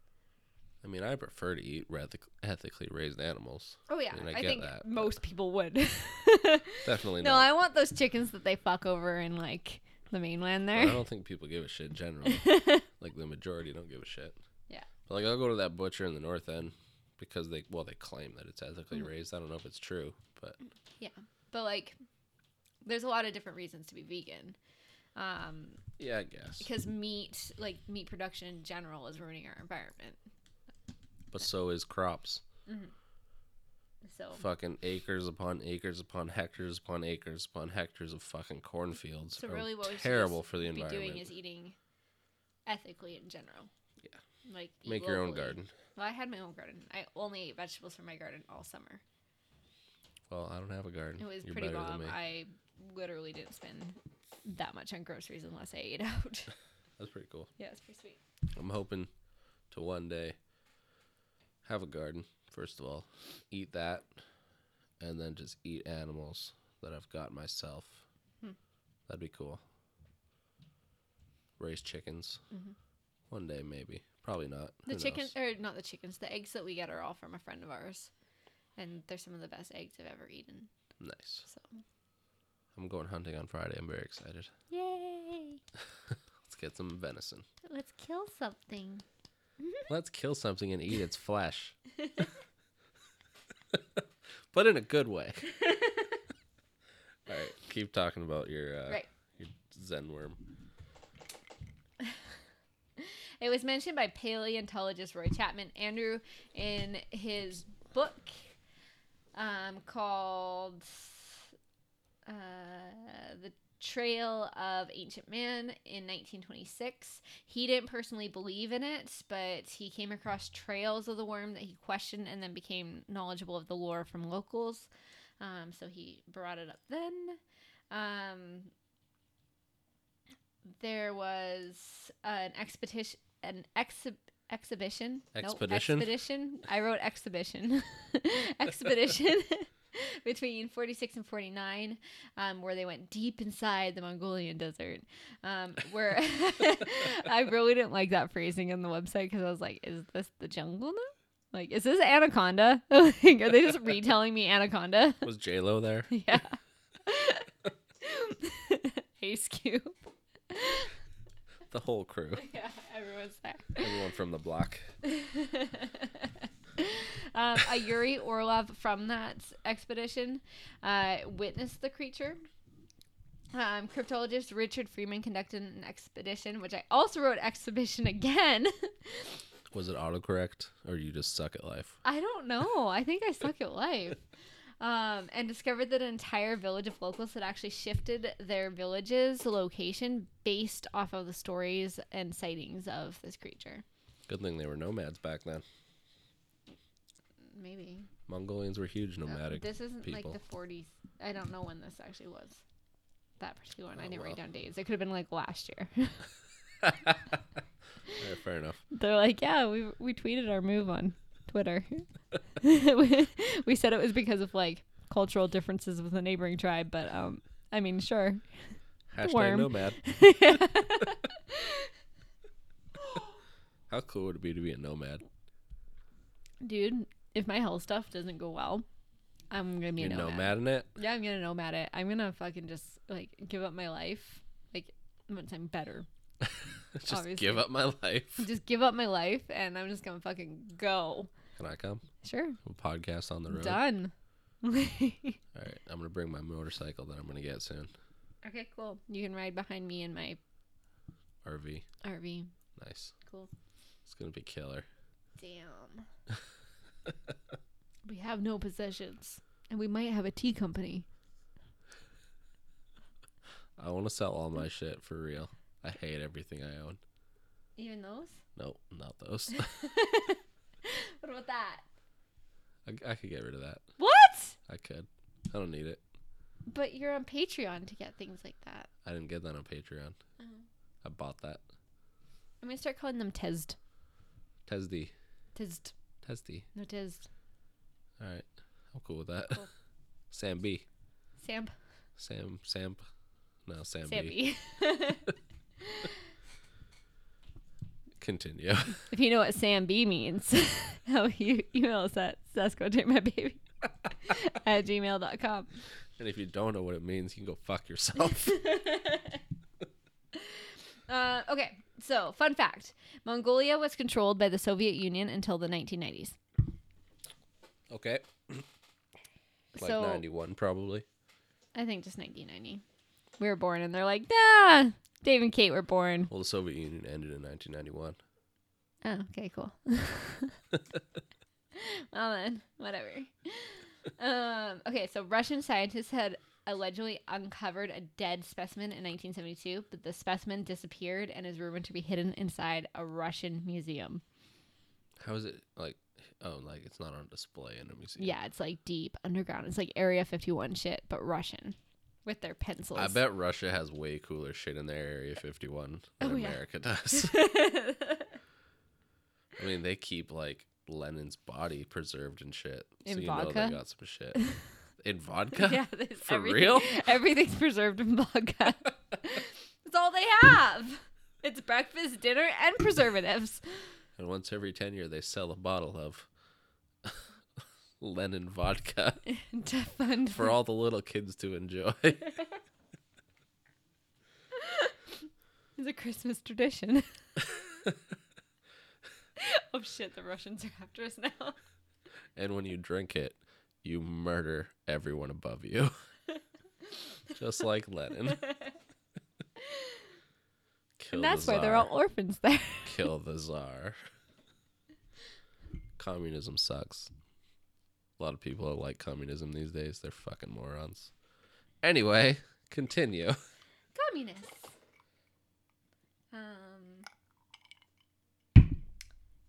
B: I mean, I prefer to eat ethic- ethically raised animals.
A: Oh yeah,
B: I mean, I
A: I,
B: get
A: think
B: that, but-
A: most people would.
B: Definitely
A: no,
B: not.
A: I want those chickens that they fuck over in like the mainland
B: But I
A: there.
B: don't think people give a shit generally. like the majority don't give a shit.
A: Yeah.
B: But like I'll go to that butcher in the north end because they well they claim that it's
A: Mm.
B: ethically raised. I don't know if it's true, but
A: yeah, but like, there's a lot of different reasons to be vegan. Um,
B: yeah, I guess.
A: because meat like meat production in general is ruining our environment
B: But so is crops.
A: so
B: Fucking acres upon acres upon hectares upon acres upon hectares of fucking cornfields
A: so
B: are
A: really what we should
B: terrible
A: just
B: for the
A: be
B: environment.
A: doing is eating ethically in general
B: Yeah.
A: like eat
B: Make your own
A: locally.
B: garden.
A: well i had my own garden i only ate vegetables from my garden all summer
B: Well, I don't have a garden.
A: it was
B: You're
A: pretty
B: better than
A: bomb
B: me.
A: i literally didn't spend that much on groceries unless i ate out
B: That's pretty cool.
A: yeah it's pretty sweet
B: I'm hoping to one day have a garden, first of all, eat that, and then just eat animals that I've got myself.
A: Hmm.
B: That'd be cool. Raise chickens. One day, maybe. Probably not.
A: Mm-hmm. the
B: Who
A: chickens
B: knows?
A: or not the chickens the eggs that we get are all from a friend of ours and they're some of the best eggs i've ever eaten
B: Nice.
A: so
B: I'm going hunting on Friday. I'm very excited.
A: yay
B: Let's get some venison.
A: let's kill something
B: Let's kill something and eat its flesh. but in a good way. All right, keep talking about your uh,
A: Right.
B: your zen worm.
A: It was mentioned by paleontologist Roy Chapman Andrew in his book um, called uh, The Trail of Ancient Man in 1926. He didn't personally believe in it, but he came across trails of the worm that he questioned and then became knowledgeable of the lore from locals. Um, so he brought it up then. Um, there was an expedition an exhi- exhibition Nope,
B: Expedition?
A: expedition i wrote exhibition expedition between 46 and 49 um, where they went deep inside the mongolian desert um, where i really didn't like that phrasing on the website because i was like is this the jungle now like is this anaconda like are they just retelling me anaconda
B: Was J Lo there?
A: yeah. Ace Cube.
B: The whole crew,
A: Yeah, everyone's
B: everyone from the block.
A: there. um, a Yuri Orlov from that expedition uh, witnessed the creature. Um, cryptologist Richard Freeman conducted an expedition, which I also wrote exhibition again.
B: Was it autocorrect or you just suck at life?
A: I don't know. I think I suck at life. Um, and discovered that an entire village of locals had actually shifted their village's location based off of the stories and sightings of this creature.
B: Good thing they were nomads back then.
A: Maybe.
B: Mongolians were huge
A: Uh,
B: nomadic.
A: this isn't
B: people.
A: like the 40s. I don't know when this actually was. That particular one. I
B: Oh,
A: didn't
B: well.
A: write down days. It could have been like last year.
B: All right, fair enough.
A: They're like, yeah, we, we tweeted our move on Twitter. we said it was because of like cultural differences with the neighboring tribe, but um, I mean, sure.
B: Hashtag
A: worm.
B: nomad. How cool would it be to be a nomad?
A: Dude, if my health stuff doesn't go well, I'm gonna be
B: You're
A: a nomad.
B: nomad in it.
A: Yeah, I'm gonna nomad it. I'm gonna fucking just like give up my life, like once I'm better.
B: Just
A: Obviously.
B: give up my life.
A: Just give up my life, and I'm just gonna fucking go.
B: Can I come?
A: Sure,
B: We'll podcast on the road.
A: done. okay,
B: All right, I'm gonna bring my motorcycle that I'm gonna get soon.
A: cool. You can ride behind me in my
B: RV,
A: RV.
B: nice.
A: Cool.
B: It's gonna be killer.
A: Damn. we have no possessions, and we might have a tea company.
B: I want to sell all my shit for real. I hate everything I own.
A: Even those?
B: No, not those.
A: What about that?
B: I, I could get rid of that.
A: What?
B: I could. I don't need it.
A: But you're on Patreon to get things like that.
B: I didn't get that on Patreon. I bought that.
A: I'm gonna start calling them Tezd.
B: Tesdi.
A: Tizzed.
B: Tesdi.
A: No tizzed.
B: All right. I'm cool with that.
A: Cool.
B: Sam B.
A: Samp.
B: Sam. Sam. No, Sam B.
A: Sampy.
B: Continue.
A: if you know what Sam B means, how you email us at sasquatchmybaby at gmail.com.
B: and if you don't know what it means, you can go fuck yourself.
A: Uh, okay, so fun fact Mongolia was controlled by the Soviet Union until the 1990s.
B: okay. Like
A: so
B: 91, probably.
A: I think just 1990. We were born, and they're like, nah, Dave and Kate were born.
B: Well, the Soviet Union ended in 1991.
A: Oh, okay, cool. well then, whatever. Um, okay, so Russian scientists had allegedly uncovered a dead specimen in 1972, but the specimen disappeared and is rumored to be hidden inside a Russian museum.
B: How is it like? Oh, like it's not on display in a museum.
A: Yeah, it's like deep underground. It's like Area 51 shit, but Russian with their pencils.
B: I bet Russia has way cooler shit in their Area 51 than
A: Oh, yeah.
B: America does. I mean, they keep like Lenin's body preserved and shit.
A: In
B: so you know
A: vodka?
B: they got some shit. In vodka?
A: yeah, there's
B: For
A: everything-
B: real?
A: Everything's preserved in vodka. That's all they have. It's breakfast, dinner, and preservatives.
B: And once every 10 year, they sell a bottle of Lenin vodka
A: to fund
B: for all the little kids to enjoy.
A: It's a Christmas tradition. oh shit, the Russians are after us now.
B: and when you drink it, you murder everyone above you. Just like Lenin. Kill
A: and
B: the
A: that's why they're
B: Tsar.
A: all orphans there.
B: Kill the czar. communism sucks. A lot of people don't like communism these days. They're fucking morons. Anyway, continue.
A: Communists. Um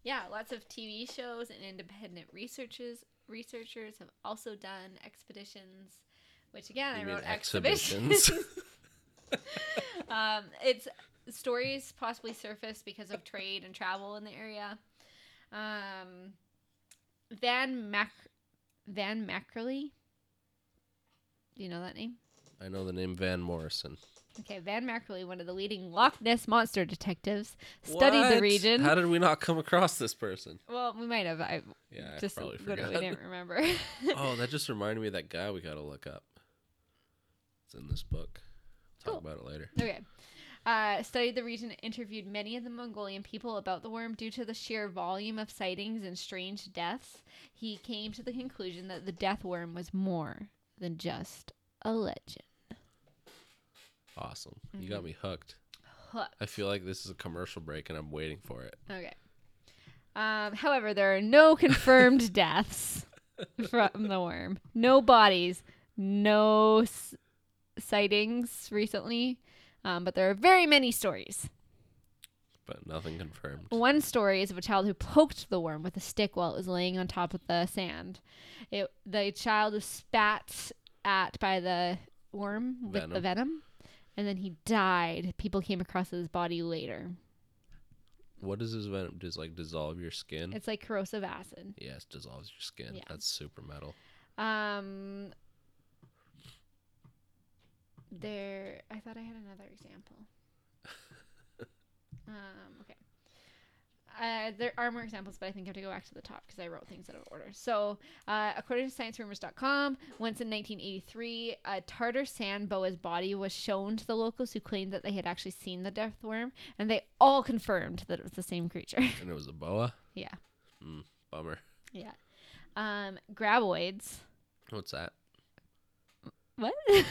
A: Yeah, lots of TV shows and independent researchers researchers have also done expeditions, which again I wrote exhibitions. Um, it's stories possibly surfaced because of trade and travel in the area. Um, Van Mac Van Mackerly. Do you know that name?
B: I know the name Van Morrison.
A: Okay, Van Mackerly, one of the leading Loch Ness monster detectives, studied the
B: What?
A: region.
B: How did we not come across this person?
A: well, we might have. I
B: Yeah, I
A: just
B: probably
A: literally
B: forgot.
A: didn't remember.
B: oh, that just reminded me of that guy we gotta look up. It's in this book. Talk
A: Cool.
B: about it later.
A: Okay. Uh, studied the region and interviewed many of the Mongolian people about the worm due to the sheer volume of sightings and strange deaths. He came to the conclusion that the death worm was more than just a legend.
B: Awesome. You
A: Mm-hmm.
B: got me hooked.
A: Hook.
B: I feel like this is a commercial break and I'm waiting for it.
A: Okay. Um, however, there are no confirmed deaths from the worm. No bodies, no s- sightings recently, um, but there are very many stories.
B: But nothing confirmed.
A: One story is of a child who poked the worm with a stick while it was laying on top of the sand. It, the child was spat at by the worm with the
B: Venom.
A: venom, and then he died. People came across his body later.
B: What does this venom does like dissolve your skin?
A: It's like corrosive acid.
B: yes, dissolves your skin.
A: Yeah.
B: That's super metal.
A: Um, there. I thought I had another example. um, okay. Uh, there are more examples, but I think I have to go back to the top because I wrote things out of order. So, uh, according to ScienceRumors.com, once in 1983, a tartar sand boa's body was shown to the locals who claimed that they had actually seen the death worm, and they all confirmed that it was the same creature.
B: And it was a boa? Hmm,
A: yeah,
B: Bummer.
A: yeah. Um, graboids.
B: What's that?
A: What?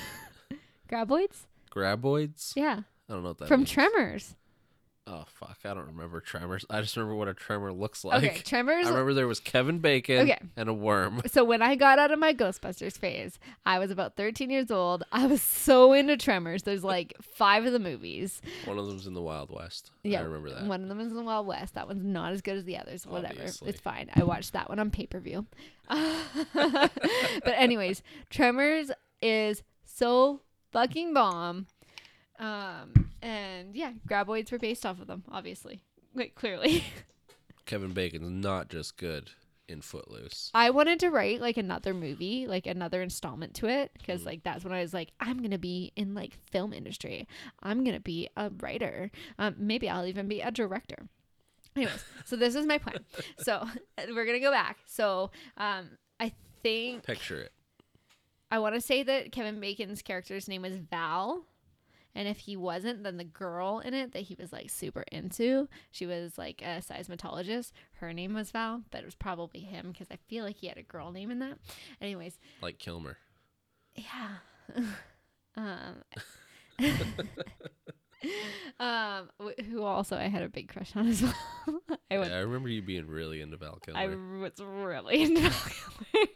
A: Graboids?
B: Graboids?
A: Yeah.
B: I don't know what that
A: From
B: means.
A: Tremors.
B: Oh fuck, I don't remember tremors. I just remember what a tremor looks like.
A: okay, Tremors.
B: I remember there was Kevin Bacon
A: Okay.
B: and a worm.
A: so when I got out of my Ghostbusters phase, I was about 13 years old. I was so into Tremors. There's like five of the movies.
B: One of them's in the Wild West. I remember that.
A: One of them is in the Wild West. That one's not as good as the others. Whatever.
B: Obviously.
A: It's fine. I watched that one on pay per view. but, anyways, Tremors is so fucking bomb. Um, and yeah, Graboids were based off of them, obviously. Like, clearly.
B: Kevin Bacon's not just good in Footloose.
A: I wanted to write like another movie, like another installment to it, because like that's when I was like, I'm gonna be in like film industry. I'm gonna be a writer. Um, maybe I'll even be a director. Anyways, so this is my plan. So we're gonna go back. So um, I think
B: Picture it.
A: I want to say that Kevin Bacon's character's name was Val. And if he wasn't, then the girl in it that he was like super into, she was like a seismologist. Her name was Val, but it was probably him because I feel like he had a girl name in that. Anyways,
B: Like Kilmer.
A: yeah. um, um, wh- who also I had a big crush on as well. I
B: Yeah,
A: went
B: I remember you being really into Val Kilmer.
A: I was really into Val Kilmer.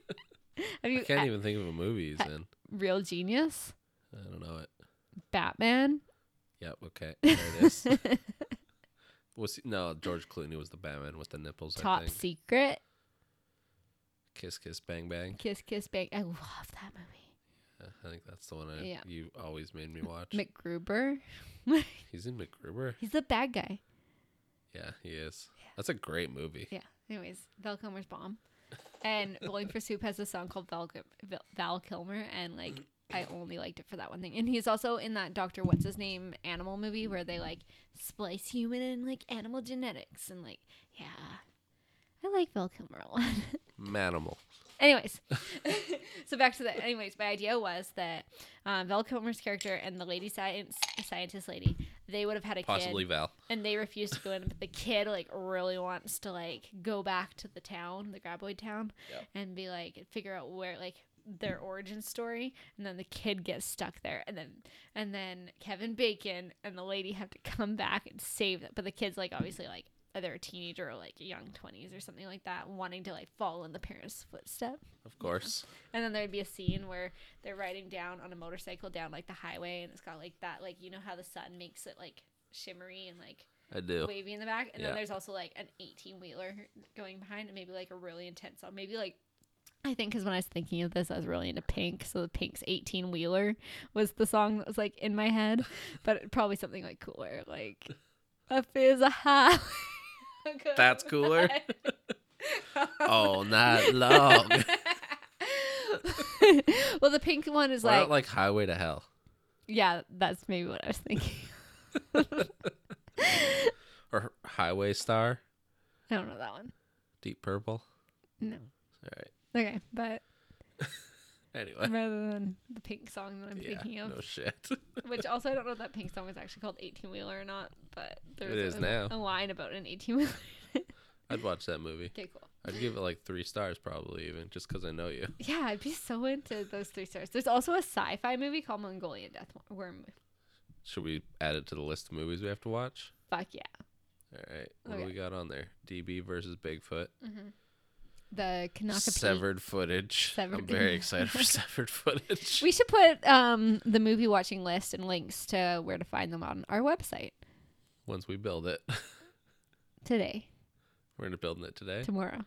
A: Have
B: I
A: you
B: can't
A: uh,
B: even think of a movie he's
A: I-
B: in.
A: real genius?
B: I don't know it.
A: Batman.
B: Yep. Okay. There it is. was he- no George Clooney was the Batman with the nipples. I
A: Top
B: think.
A: Secret.
B: Kiss Kiss Bang Bang.
A: Kiss Kiss Bang. I love that movie.
B: Uh, I think that's the one I,
A: Yeah.
B: you always made me watch.
A: MacGruber.
B: he's in MacGruber.
A: He's the bad guy.
B: Yeah, he is. That's a great movie.
A: Yeah. Anyways, Val Kilmer's bomb. And Bowling for Soup has a song called Val, Gil- Val- Val Kilmer, and like I only liked it for that one thing. And he's also in that Doctor What's His Name animal movie where they like splice human and like animal genetics and like yeah, I like Val Kilmer a lot.
B: Manimal.
A: Anyways, so back to the. Anyways, my idea was that um, Val Kilmer's character and the lady science scientist lady, they would have had a
B: Possibly
A: kid,
B: Val.
A: and they refused to go in. But the kid like really wants to like go back to the town, the graboid town,
B: Yeah.
A: and be like figure out where like their origin story. And then the kid gets stuck there, and then and then Kevin Bacon and the lady have to come back and save them. But the kid's like obviously like either a teenager or like young 20s or something like that wanting to like follow in the parents' footsteps.
B: Of course.
A: And then there'd be a scene where they're riding down on a motorcycle down like the highway, and it's got like that, like you know how the sun makes it like shimmery and like
B: I do.
A: wavy in the back. And
B: Yeah.
A: then there's also like an 18 wheeler going behind, and maybe like a really intense song. Maybe like I think because when I was thinking of this, I was really into Pink, so the Pink's 18 wheeler was the song that was like in my head, but probably something like cooler, like up is a high.
B: That's cooler. All night long.
A: well, the pink one is
B: Why
A: like,
B: not like Highway to Hell?
A: yeah, that's maybe what I was thinking.
B: Or Highway Star?
A: I don't know that one.
B: Deep Purple?
A: No.
B: All right.
A: Okay, but
B: Anyway.
A: rather than the pink song that Mm-hmm. I'm
B: Yeah,
A: thinking of,
B: no shit.
A: which also I don't know if that pink song is actually called 18 Wheeler or not, but there's
B: It is
A: a,
B: now.
A: a line about an 18 Wheeler.
B: I'd watch that movie.
A: okay, cool.
B: I'd give it like three stars probably even just because I know you.
A: Yeah, I'd be so into those three stars. There's also a sci fi movie called Mongolian Death Worm.
B: Should we add it to the list of movies we have to watch?
A: Fuck yeah.
B: All right. What do
A: Okay.
B: we got on there? DB versus Bigfoot.
A: The Kanaka Peak.
B: Severed footage. I'm
A: Severed-
B: very excited for severed footage.
A: We should put um, the movie watching list and links to where to find them on our website
B: Once we build it,
A: today,
B: we're gonna build it today.
A: tomorrow.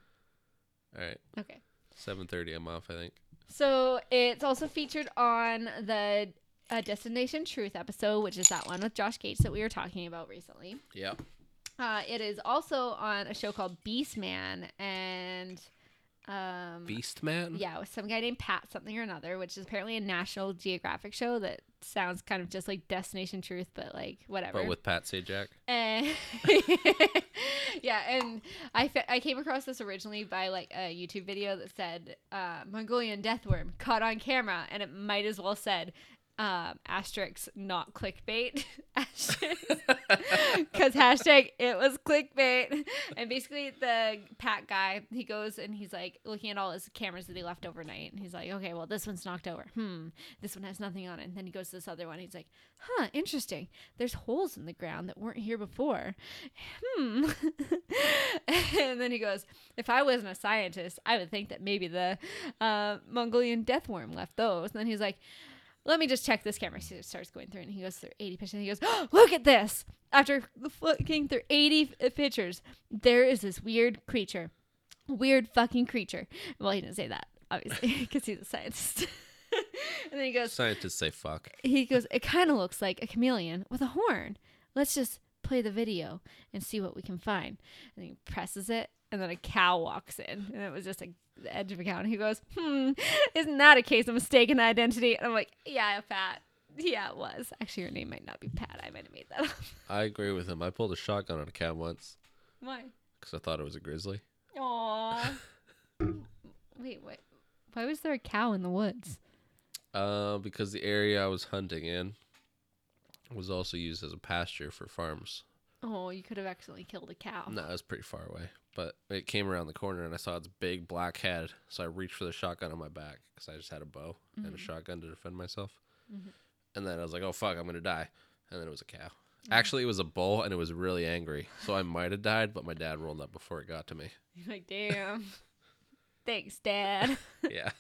B: All right,
A: Okay.
B: seven thirty. I'm off. I think.
A: So it's also featured on the uh, Destination Truth episode, which is that one with Josh Gates that we were talking about recently.
B: Yep.
A: Uh, it is also on a show called Beast Man and. Um,
B: Beast Man.
A: yeah, with some guy named Pat something or another, which is apparently a National Geographic show that sounds kind of just like Destination Truth, but like whatever.
B: But with Pat Sajak.
A: Eh. yeah, and I, fe- I came across this originally by like a YouTube video that said uh, Mongolian death worm caught on camera, and it might as well said um, asterisk not clickbait because hashtag it was clickbait. And basically, the Pat guy he goes and he's like looking at all his cameras that he left overnight, and he's like, okay, well this one's knocked over. Hmm, this one has nothing on it. And then he goes to this other one. He's like, huh, interesting. There's holes in the ground that weren't here before. Hmm. and then he goes, if I wasn't a scientist, I would think that maybe the uh, Mongolian death worm left those. And then he's like, let me just check this camera. So he starts going through and he goes through 80 pictures and he goes, oh, look at this. After looking through 80 f- uh, pictures, there is this weird creature. Weird fucking creature. Well, he didn't say that, obviously, because he's a scientist. and then he goes,
B: Scientists say fuck.
A: he goes, it kind of looks like a chameleon with a horn. Let's just play the video and see what we can find. And he presses it, and then a cow walks in, and it was just like the edge of a cow. And he goes, "Hmm, isn't that a case of mistaken identity?" And I'm like, "Yeah, Pat. Yeah, it was. Actually, your name might not be Pat. I might have made that up.
B: I agree with him. I pulled a shotgun on a cat once
A: Why?
B: because I thought it was a grizzly.
A: Aw. Wait, what? Why was there a cow in the woods?
B: Uh, because the area I was hunting in was also used as a pasture for farms.
A: Oh, you could have accidentally killed a cow.
B: No, it was pretty far away, but it came around the corner and I saw its big black head. So I reached for the shotgun on my back because I just had a bow and a shotgun to defend myself. And then I was like, "Oh fuck, I'm gonna die!" And then it was a cow. Actually, it was a bull, and it was really angry. So I might have died, but my dad rolled up before it got to me.
A: You're like, damn. Thanks, Dad.
B: Yeah.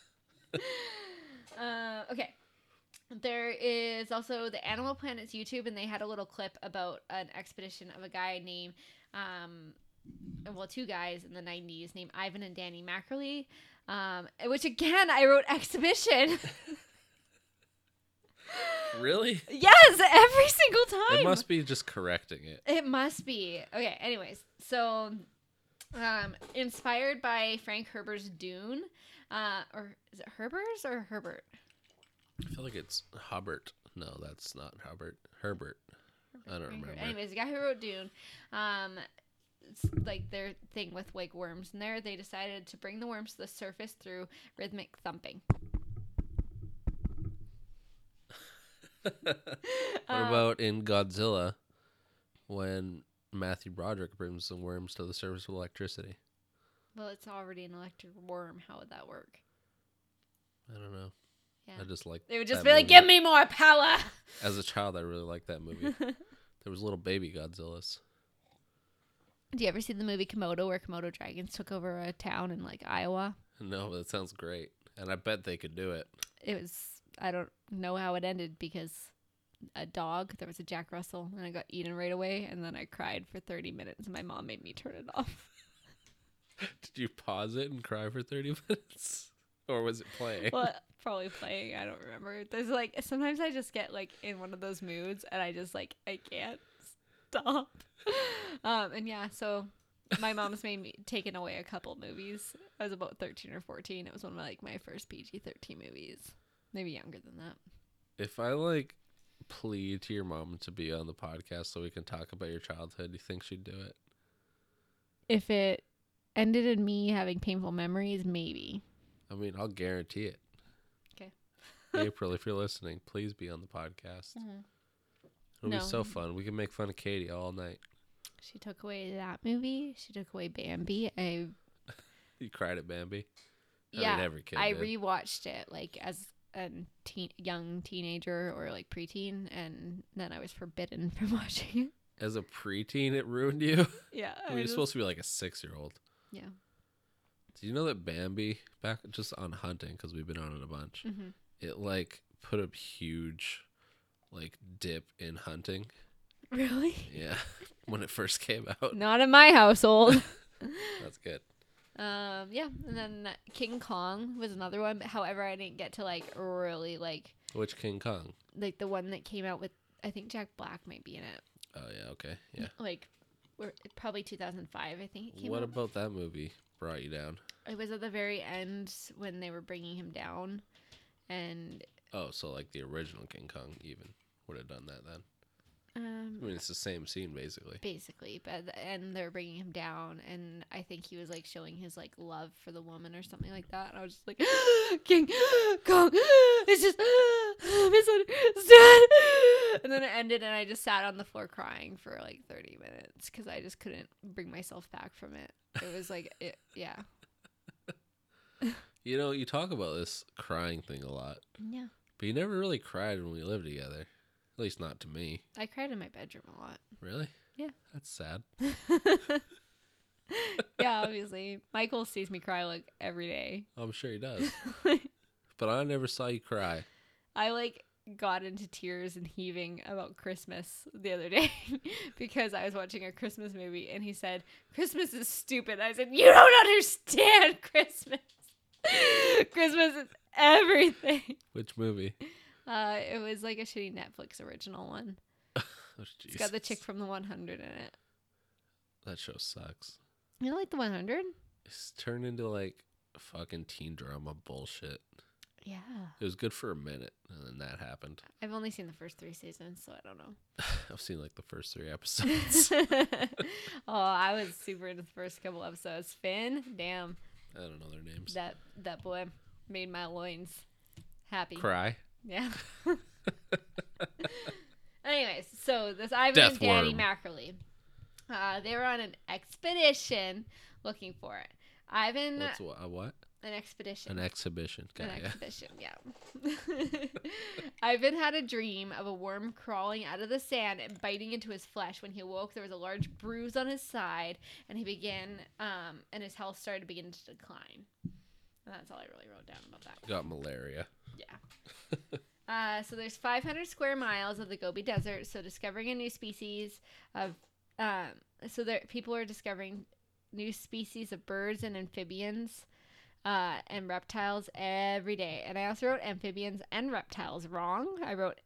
A: Uh, okay. There is also the Animal Planet's YouTube, and they had a little clip about an expedition of a guy named, um, well, two guys in the 90s named Ivan and Danny Mackerly, um, which again, I wrote exhibition.
B: really?
A: yes, every single time.
B: It must be just correcting it.
A: It must be. Okay, anyways. So um inspired by Frank Herbert's Dune, uh or is it Herbert's or Herbert?
B: I feel like it's Hubbard. No, that's not Hubbert. Herbert. I don't
A: Frank Herbert.
B: remember.
A: Anyways, the guy who wrote Dune, um it's like their thing with like worms and there they decided to bring the worms to the surface through rhythmic thumping. Uh.
B: What about in Godzilla when Matthew Broderick brings the worms to the surface with electricity?
A: Well, it's already an electric worm. How would that work?
B: I don't know.
A: Yeah.
B: I just like
A: They would just
B: that
A: be like,
B: movie.
A: "Give me more power."
B: As a child, I really liked that movie. there was little baby Godzillas.
A: Do you ever see the movie Komodo where Komodo dragons took over a town in like Iowa?
B: No, but it sounds great, and I bet they could do it.
A: it was I don't know how it ended because a dog there was a Jack Russell and I got eaten right away and then I cried for 30 minutes and my mom made me turn it off.
B: Did you pause it and cry for thirty minutes, or was it playing?
A: well, probably playing, I don't remember. There's like sometimes I just get like in one of those moods and I just like I can't stop. Um and yeah, so my mom's made me taken away a couple movies. I was about 13 or 14. It was one of my, like my first PG-13 movies. Maybe younger than that.
B: If I like plead to your mom to be on the podcast so we can talk about your childhood, do you think she'd do it?
A: if it ended in me having painful memories, maybe.
B: I mean, I'll guarantee it.
A: 'Kay.
B: April, if you're listening, please be on the podcast. It'll
A: Mm-hmm. No.
B: be so fun. We can make fun of Katie all night.
A: She took away that movie. She took away Bambi. I
B: You cried at Bambi. I mean,
A: yeah,
B: every kid
A: I
B: did.
A: rewatched it like as a teen, young teenager or like preteen, and then I was forbidden from watching it.
B: As a preteen, it ruined you.
A: Yeah,
B: I mean, you're supposed to be like a six-year-old.
A: yeah.
B: Do you know that Bambi back just on hunting because we've been on it a bunch?
A: Mhm.
B: It like put a huge like dip in hunting.
A: Really?
B: Yeah, when it first came out.
A: Not in my household.
B: That's good.
A: Um, yeah, and then King Kong was another one. But however, I didn't get to like really like
B: Which King Kong?
A: like the one that came out with I think Jack Black might be in it.
B: Oh yeah, okay, yeah.
A: like we're, probably 2005 i think it came
B: What
A: out
B: about that movie brought you down?
A: it was at the very end when they were bringing him down and
B: Oh, so like the original King Kong even would have done that then.
A: um
B: I mean, it's the same scene basically.
A: basically but at the end they were bringing him down and i think he was like showing his like love for the woman or something like that and i was just like king kong it's just misunderstood and then it ended and i just sat on the floor crying for like 30 minutes because i just couldn't bring myself back from it it was like it, yeah
B: You know, you talk about this crying thing a lot,
A: yeah
B: but you never really cried when we lived together. At least not to me.
A: i cried in my bedroom a lot
B: Really?
A: Yeah.
B: That's sad.
A: yeah, obviously. Michael sees me cry like every day.
B: I'm sure he does. but I never saw you cry.
A: I like got into tears and heaving about Christmas the other day because I was watching a Christmas movie and he said, Christmas is stupid. I said, You don't understand Christmas. Christmas is everything.
B: Which movie?
A: Uh, it was like a shitty Netflix original one.
B: Oh,
A: It's got the
B: Jesus.
A: chick from the 100 in it.
B: That show sucks.
A: You don't like the 100?
B: It's turned into like fucking teen drama bullshit.
A: Yeah.
B: It was good for a minute, and then that happened.
A: I've only seen the first three seasons, so I don't know.
B: I've seen like the first three episodes.
A: oh, I was super into the first couple episodes. Finn, damn,
B: I don't know their names.
A: that that boy made my loins happy.
B: Cry.
A: Yeah. Anyways, so this Ivan
B: Death
A: and Danny
B: worm.
A: Mackerly, uh, they were on an expedition looking for it. Ivan,
B: What's wha- a what?
A: an expedition.
B: An exhibition.
A: an
B: Guy, yeah.
A: exhibition, yeah. Ivan had a dream of a worm crawling out of the sand and biting into his flesh. When he awoke, there was a large bruise on his side, and he began, um, and his health started to begin to decline. And that's all I really wrote down about that.
B: Got malaria.
A: Yeah. uh, so there's 500 square miles of the Gobi Desert. So discovering a new species of, um, so that people are discovering new species of birds and amphibians, uh, and reptiles every day. And I also wrote amphibians and reptiles wrong. I wrote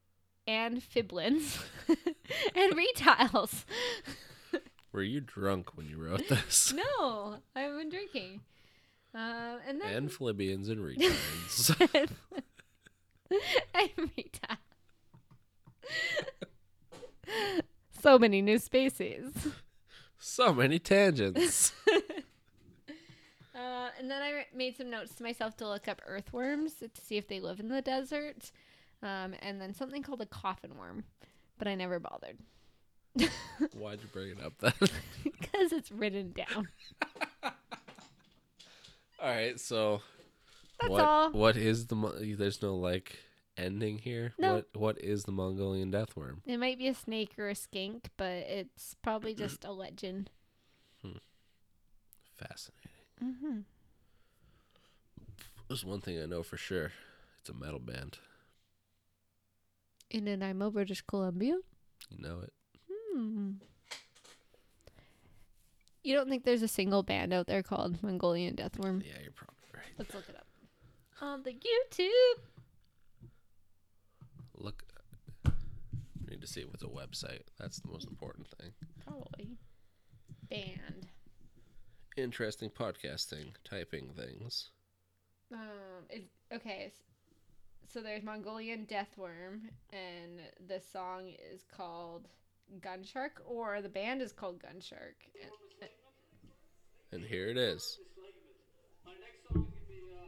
A: amphiblins and reptiles.
B: Were you drunk when you wrote this?
A: No, I haven't been drinking. Um, and then
B: Amphibians and retards.
A: every time. so many new species.
B: so many tangents.
A: Uh, and then I re- made some notes to myself to look up earthworms to see if they live in the desert, um, and then something called a coffin worm, but I never bothered
B: Why'd you bring it up then?
A: because it's written down.
B: all right, so
A: That's
B: what
A: all.
B: what is the Mo- there's no like ending here?
A: No.
B: What what is the Mongolian death worm?
A: It might be a snake or a skink, but it's probably just a legend.
B: Fascinating.
A: Mm-hmm.
B: There's one thing I know for sure. It's a metal band.
A: In Nanaimo, British Columbia.
B: You know it.
A: Hmm. You don't think there's a single band out there called Mongolian Deathworm?
B: Yeah, you're probably right.
A: Let's look it up. On the YouTube.
B: Look I need to see it with a website. That's the most important thing.
A: Probably. Band.
B: Interesting podcasting, typing things.
A: Um, it, okay. s- So there's Mongolian Deathworm, and the song is called Gunshark, or the band is called Gunshark. And,
B: And here it is.
E: My next song is gonna be uh,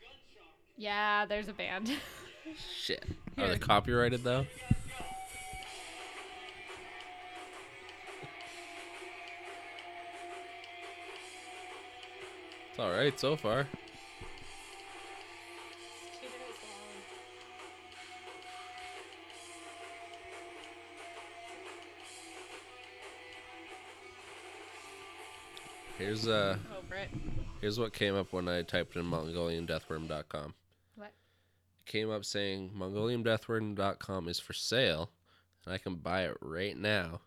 E: Gun Shock.
A: yeah, there's a band.
B: Shit. Are they copyrighted though? It's all right so far. Here's uh
A: Over it.
B: here's what came up when I typed in mongoliandeathworm.com.
A: What?
B: came up saying mongoliandeathworm.com is for sale and I can buy it right now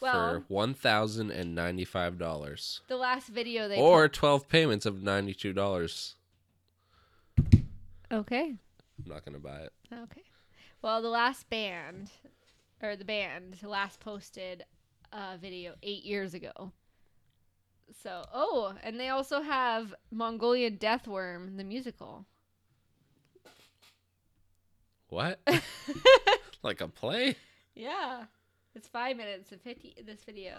A: Well,
B: for $1,095
A: the last video they.
B: or 12 payments of $92.
A: put- okay.
B: I'm not going to buy it.
A: Okay. Well, the last band, or the band, last posted a video eight years ago. So, oh, and they also have Mongolian Deathworm, the musical.
B: What? like a play?
A: Yeah. It's five minutes and 50, this video.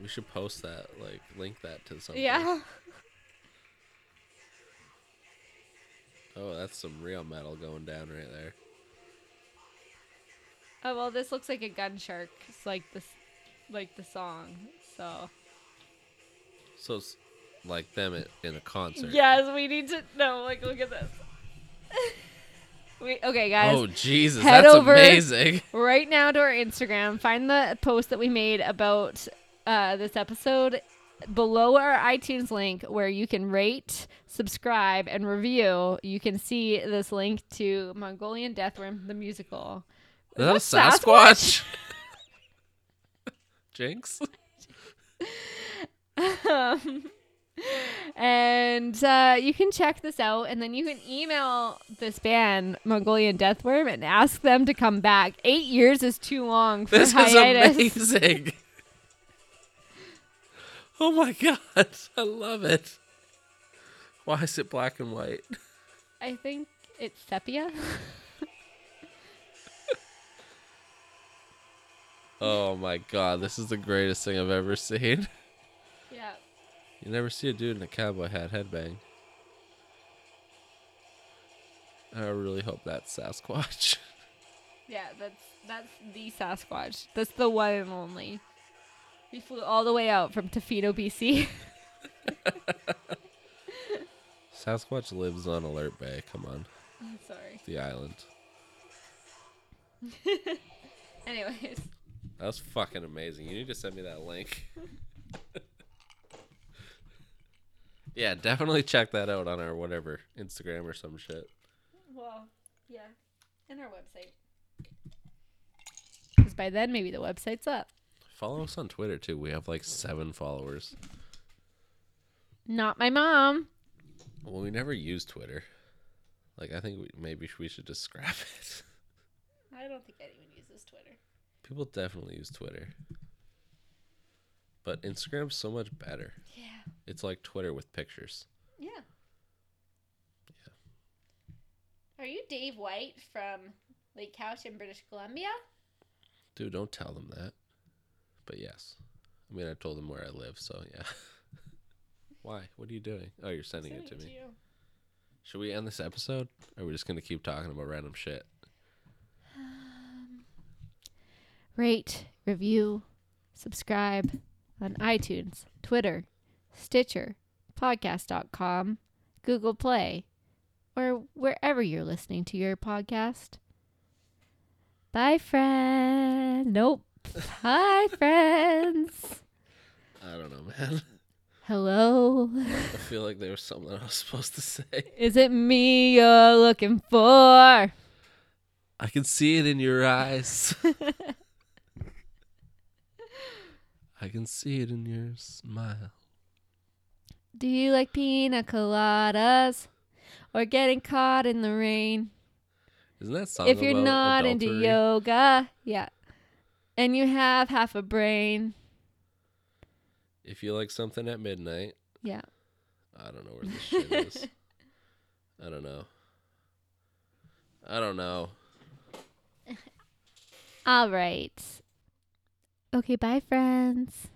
B: We should post that, like link that to something.
A: Yeah.
B: Oh, that's some real metal going down right there.
A: Oh, well, this looks like a gun shark. It's like this, like the song. So,
B: So it's like them at, in a concert.
A: yes, we need to, no, like, look at this. we, okay, guys.
B: Oh Jesus,
A: head
B: that's
A: over-
B: amazing.
A: right now to our Instagram. Find the post that we made about uh, this episode below our iTunes link where you can rate, subscribe, and review. You can see this link to Mongolian Deathworm, the musical.
B: Is that a
A: that
B: Sasquatch? Jinx?
A: Um, And uh, you can check this out, and then you can email this band, Mongolian Deathworm, and ask them to come back. Eight years is too long for
B: This is
A: hiatus.
B: amazing. oh my god, I love it. Why is it black and white?
A: I think it's sepia.
B: Oh my god, this is the greatest thing I've ever seen.
A: yeah.
B: You never see a dude in a cowboy hat headbang. I really hope that's Sasquatch.
A: Yeah, that's that's the Sasquatch. That's the one and only. We flew all the way out from Tofino, BC.
B: Sasquatch lives on Alert Bay. Come on,
A: I'm sorry.
B: the island.
A: Anyways,
B: That was fucking amazing. You need to send me that link. yeah, definitely check that out on our whatever Instagram or some shit.
A: well, yeah, and our website. Because by then maybe the website's up.
B: Follow us on Twitter too. We have like seven followers.
A: Not my mom.
B: Well, we never use Twitter. Like, I think we, maybe we should just scrap it.
A: I don't think anyone uses Twitter.
B: People definitely use Twitter. But Instagram's so much better.
A: Yeah.
B: It's like Twitter with pictures.
A: Yeah. Are you Dave White from Lake Couch in British Columbia?
B: Dude, don't tell them that. But yes. I mean, I told them where I live, so yeah. Why? What are you doing? Oh, you're sending it to me. Should we end this episode? Or are we just going to keep talking about random shit?
A: Rate, review, subscribe on iTunes, Twitter, Stitcher, podcast.com, Google Play, or wherever you're listening to your podcast. Bye, friend. Nope. Hi, friends.
B: I don't know, man.
A: Hello.
B: I feel like there was something I was supposed to say.
A: Is it me you're looking for?
B: I can see it in your eyes. I can see it in your smile.
A: Do you like pina coladas or getting caught in the rain?
B: Isn't that song
A: if you're
B: about
A: not into
B: adultery?
A: yoga, yeah, and you have half a brain,
B: If you like something at midnight,
A: yeah,
B: I don't know where this shit is. I don't know. I don't know.
A: all right. Okay, bye, friends.